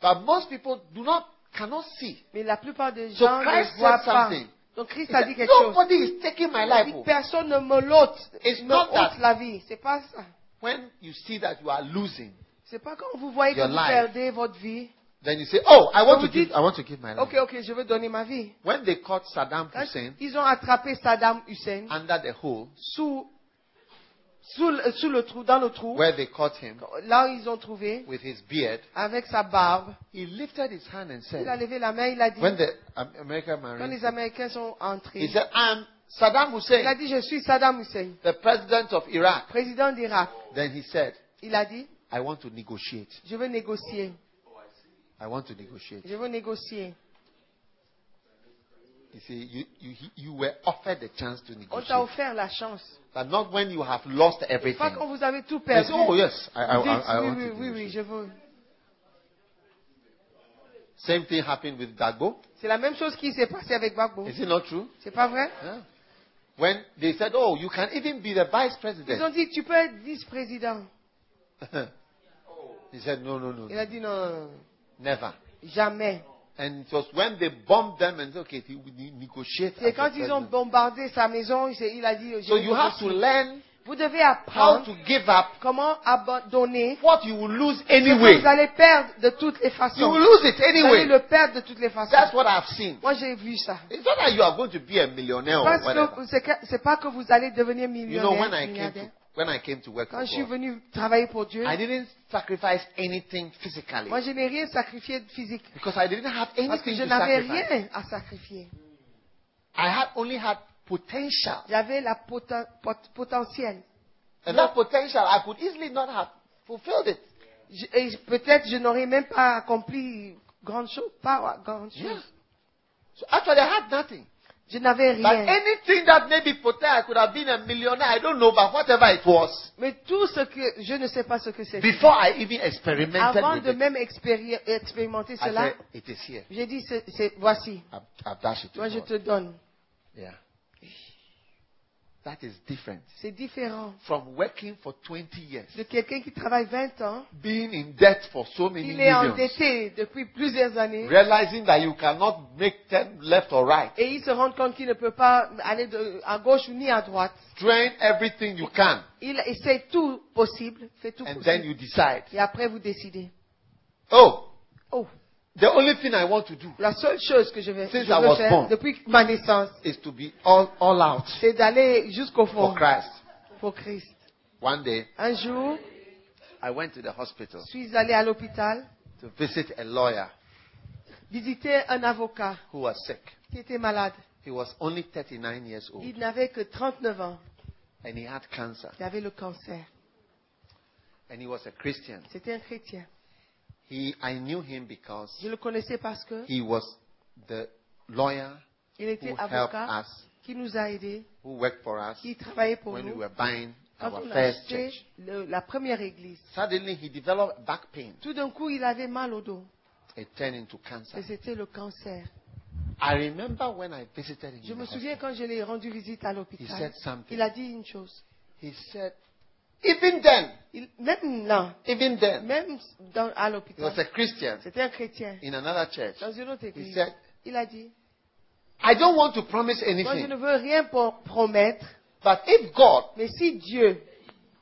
But most people do not, cannot see. Mais la plupart des So gens Christ ne voient said pas. something. Donc He Christ a said, dit quelque chose. Nobody is taking my Il a life. dit, oh. personne ne me l'ôte, It's me not that. ôte la vie. C'est pas ça. When you see that you are losing, C'est pas quand vous voyez que Your vous life. perdez votre vie. then you say, Oh, I want So to we give, did- I want to give my life. Ok, ok, je veux donner ma vie. When they caught Saddam Quand Mm. Hussein Ah. ils ont attrapé Saddam Hussein under the hole, sous, sous, le, sous le trou, dans le trou, where they caught him là où ils ont trouvé, with his beard, avec sa barbe, he lifted his hand and il a said, levé la main, il a dit, When the Am- American quand Marines, les Américains sont he entrés, said, I'm Saddam il a Hussein, dit, je suis Saddam Hussein, the president of Iraq. président d'Irak. Then he said, Il a dit, I want to negotiate. je veux négocier, I want to negotiate. je veux négocier. You see, you, you, you were offered the chance to On t'a negotiate, offert la chance. but not when you have lost Pas everything. quand vous avez tout They perdu. say, oh yes, I, I, Vous dites, I, I oui, want oui, to oui, do oui, this. je veux. Same thing happened with Dago. C'est la même chose qui s'est passée avec Bagbo. Is it not true? C'est pas vrai? Yeah. When they said, oh, you can even be the vice Ils ont president. dit, tu peux être vice-président. he said, no, no, no, Il a no, dit, non, non, non, never. jamais. Ah, And it was when they bombed them and said, okay, we ne- negotiate. C'est as quand the ils president." ont bombardé sa maison, il s'est- il a dit, je so vais you have to négocier. learn vous devez how apprendre to give up comment abandonner what you will lose ce que anyway. vous allez perdre de toutes les You façons. will lose it Vous allez anyway. le perdre de toutes les façons. That's what I've seen. Moi, j'ai vu ça. It's not that you are going to be a millionaire or Parce que whatever. c'est que- c'est pas que vous allez devenir Oh, You know, when I millionnaire. came milliardaire. to, when I came to work Quand for je suis God, venu travailler pour Dieu, I didn't sacrifice anything physically moi, je n'ai rien sacrifié de physique. because I didn't have Parce que anything je to n'avais sacrifice. rien à sacrifier. I had only had potential, J'avais la poten- pot- potentiel. and that potential I could easily not have fulfilled it. Je- et je- Peut-être je n'aurais même pas accompli grand chose, pas grand chose. Yeah. So actually, I had nothing. Je n'avais But rien. anything that maybe potential, I could have been a millionaire. I don't know, but whatever it was, Mais tout ce que je ne sais pas ce que c'est. before I even experimented Avant with de it, même expéri- expérimenter I cela, said, "It is here. j'ai dit c'est- c'est- voici, I've, I've dashed it." to toi je God." te donne. Yeah. That is different C'est différent from working for 20 years, de quelqu'un qui travaille 20 ans, being in debt for so many il est millions, endetté depuis plusieurs années realizing that you cannot make them left or right. et il se rend compte qu'il ne peut pas aller de- à gauche ni à droite. Train everything you can, Il essaie tout possible, fait tout and possible. then you decide, Et après, vous décidez. oh, Oh, The only thing I want to do La seule chose que je vais Since je I veux was faire born. depuis ma naissance, is to be all, all out c'est d'aller jusqu'au for fond Christ. pour Christ. One day, Un jour, I went to the hospital je suis allé à l'hôpital to visit a lawyer visiter un avocat who was sick. qui était malade. He was only 39 years old Il n'avait que 39 ans. and he had cancer Il avait le cancer. and he was a Christian. C'était un chrétien. He, I knew him because Je le connaissais parce que he was the lawyer il était who helped avocat, us, qui nous a aidés, who worked for us qui travaillait pour when we nous. were buying Quand our on a first acheté church. le- la première église, Suddenly, he developed back pain. tout d'un coup, il avait mal au dos. It turned into cancer. Et c'était le cancer. I remember when I visited him. Je in me the souviens hospital. quand je l'ai rendu visite à He said l'hôpital. something. Il a dit une chose. He said, even then, Il- même là, even then, même dans- à he was l'hôpital, a Christian c'était un chrétien. in another church. Dans une autre He église, said, il a dit, I don't want to promise moi je ne anything, veux rien pour promettre, but if God mais si Dieu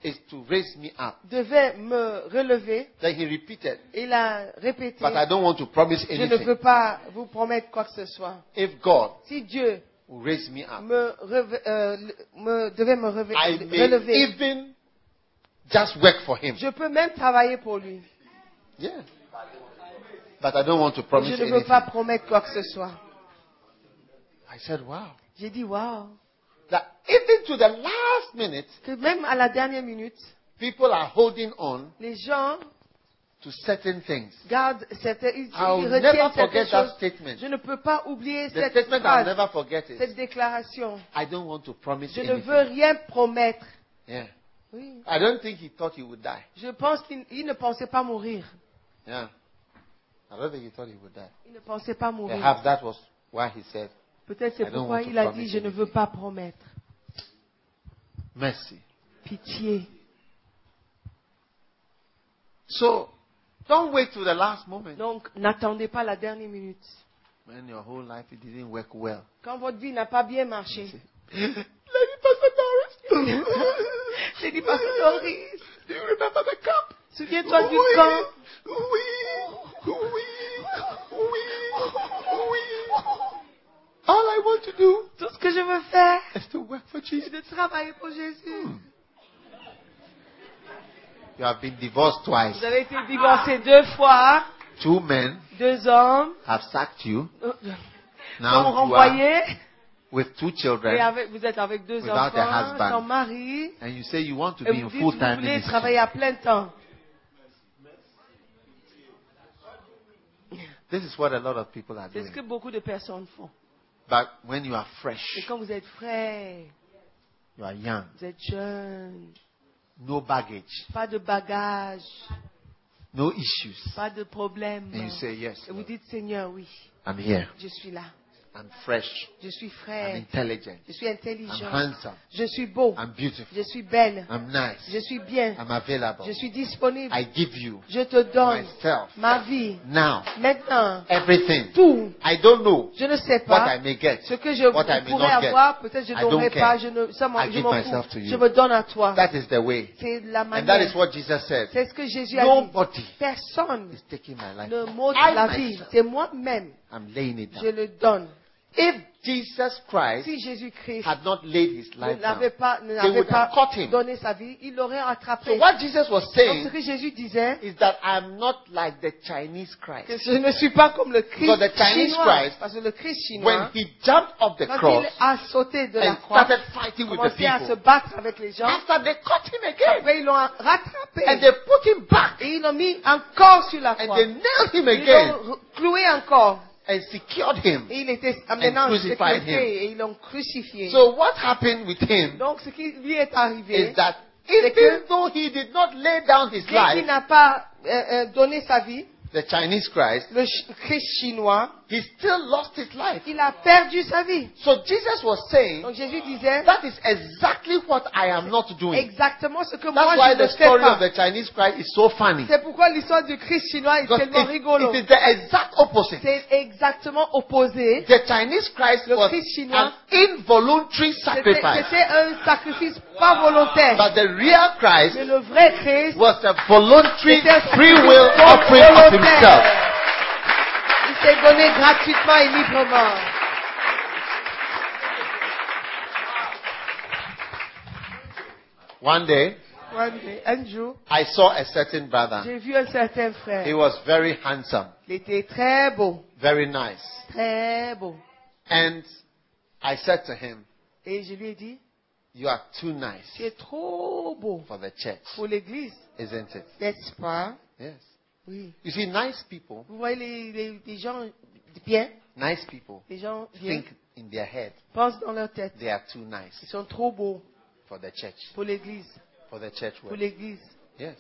is to raise me up, devait me relever, then he repeated, il a répété, but I don't want to promise je ne anything. peux pas vous promettre quoi que ce soit. If God Si Dieu will raise me up, me, reve- euh, le- me- devait me reve- I may relever, even just work for him. je peux même travailler pour lui. Yeah. But I don't want to promise Je ne veux anything. pas promettre quoi que ce soit. I said, wow. J'ai dit, waouh, That even to the last minute, que même à la dernière minute, people are holding on les gens to certain things. gardent certains, ils, ils I'll retiennent never certaines forget that choses. statement. Je ne peux pas oublier The cette statement, I'll phrase, never forget cette it. déclaration. I don't want to promise Je ne anything. veux rien promettre. Yeah. Oui. I don't think he thought he would die. Je pense qu'il il ne pensait pas mourir. Yeah. I don't think he thought he would die. Il ne pensait pas mourir. Perhaps that was why he said, Peut-être I c'est don't pourquoi want to il a promise dit, je ne anything. veux pas promettre. mercy. Pitié. So, don't wait till the last moment. Donc, n'attendez pas la dernière minute. When your whole life it didn't work well. Quand votre vie n'a pas bien marché, Lady Pastor Doris. j'ai dit, Pasteur Doris, Do you remember the cup? souviens-toi du camp. we, we, we. All I want to do Tout ce que je veux faire, is to work for c'est Jesus. Hmm. de travailler pour Jésus. You have been divorced twice. Vous avez été divorcé deux fois, Two men deux hommes. have sacked you. Euh, sont Now you are renvoyés. with two Et children, avec- vous êtes avec deux Without a enfants, husband. sans mari. and you say you want to Et be vous in dites, vous full-time voulez ministry. travailler à plein temps. This is what a lot of people are C'est ce doing. que beaucoup de personnes font. But when you are Et fresh, quand vous êtes frais, you are young, vous êtes jeune, no baggage, pas de bagages, no issues, pas de problèmes. and you say yes. Et vous Lord, dites, Seigneur, oui, I'm here. je suis là. I'm fresh. Je suis I'm frère. intelligent. Je suis I'm intelligent. handsome. Je suis beau. I'm beautiful. Je suis belle. I'm nice. Je suis bien. I'm available. Je suis disponible. I give you Je te donne myself ma vie. now. Maintenant, Everything. tout. I don't know Je ne sais what pas I may get, ce que je what I may pourrais not avoir. get. Peut-être je I n'aurai don't care. pas. Je, ne, ça m'en- I je give m'en myself fous. to Je you. me donne à toi. That is the way. C'est la And that manière. is what Jesus said. C'est ce que Jésus a dit. Nobody Personne is taking my life. ne m'ôte I la vie. myself, C'est moi-même. I'm laying it Je down. le donne. If Jesus Christ Si Jésus-Christ had not laid his ne life down, l'avait pas, ne they l'avait would have pas caught him. donné sa vie, il l'aurait So rattrapé. what Jesus was Donc ce saying que Jésus disait, is that I'm not like the Chinese Christ. que je ne suis pas comme le Because Christ the Chinese chinois. Christ, Parce que le Christ When chinois, he jumped off the quand cross il a sauté de la and croix, started fighting with the commencé à se people, battre avec les gens, after they caught him again après ils l'ont rattrapé. and they put him back Et ils l'ont mis encore sur la and croix. they nailed him Ils again l'ont re- cloué encore. and secured him. Et il était maintenant crucified him. sécurité, et ils l'ont crucifié. So what happened with him Donc ce qui lui est arrivé, is that C'est even que- though he did not lay down his dès qu'il life, n'a pas euh, euh, donné sa vie, the Chinese Christ, le ch- Christ chinois, he still lost his life. il a perdu sa vie. So Jesus was saying, Donc Jésus disait that is exactly what I am not doing. exactement ce que moi That's why je ne the fais story of pas. the Chinese Christ is so funny. C'est pourquoi l'histoire du Christ chinois est Because tellement it- rigolo. it is the exact opposite. C'est exactement opposé. The Chinese Christ Le was Christ chinois, an involuntary C'était sacrifice. c'était un sacrifice pas volontaire. But the real Christ Mais le vrai Christ was a voluntary était un free sacrifice will non offering of volontaire. himself. C'est donné gratuitement et librement. One day, One day, un jour, I saw a certain brother. j'ai vu un certain He frère. was very handsome, Il était très beau, very nice. très beau. And I said to him, Et je lui ai dit, You are too tu nice es trop beau for the church, pour l'église, isn't it? n'est-ce pas? Yes. Oui. You see, nice people, Vous voyez les, les- les gens bien, nice people les gens bien, think in their head pensent dans leur tête, they are too ils nice sont trop beaux for the church, pour l'église, for the church pour work. l'église. Yes.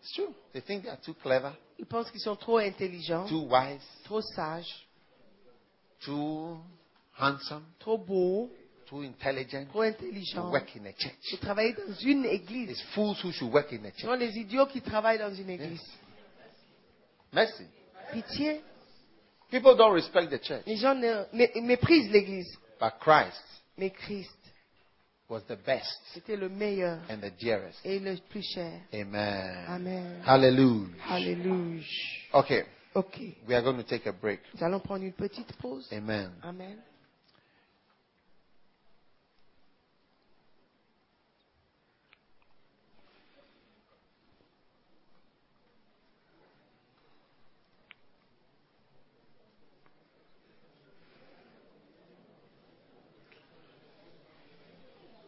It's true. They think they are too clever, Ils pensent qu'ils sont trop intelligents, too wise, trop sages, too handsome, trop beaux, too intelligent trop to intelligents. work in a church. Ils travaillent dans une église. It's fools who should work in a Ce church. sont les idiots qui travaillent dans une église. Mercy. Pitié. People don't respect the church, Les gens ne- mé- méprisent l'église. but Christ Mais Christ was the best c'était le meilleur and the dearest. et le plus cher. Amen. Amen. Hallelujah. Alléluia. Okay, Ok. we are going to take a break. Nous allons prendre une petite pause. Amen. Amen.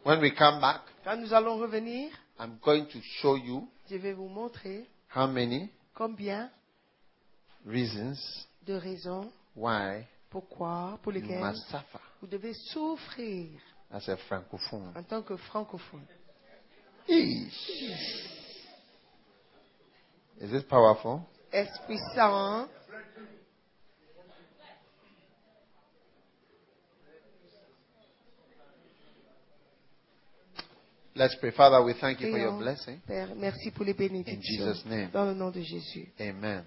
When we come back, Quand nous allons revenir, I'm going to show you je vais vous montrer how many combien reasons de raisons why pourquoi, pour you lesquelles must suffer vous devez souffrir as a francophone. en tant que francophone. Is this powerful? Est-ce puissant Let's pray. Father, we thank you for your Prions. blessing. Père, merci pour les In bénédictions. Jesus' name. Dans le nom de Jésus. Amen.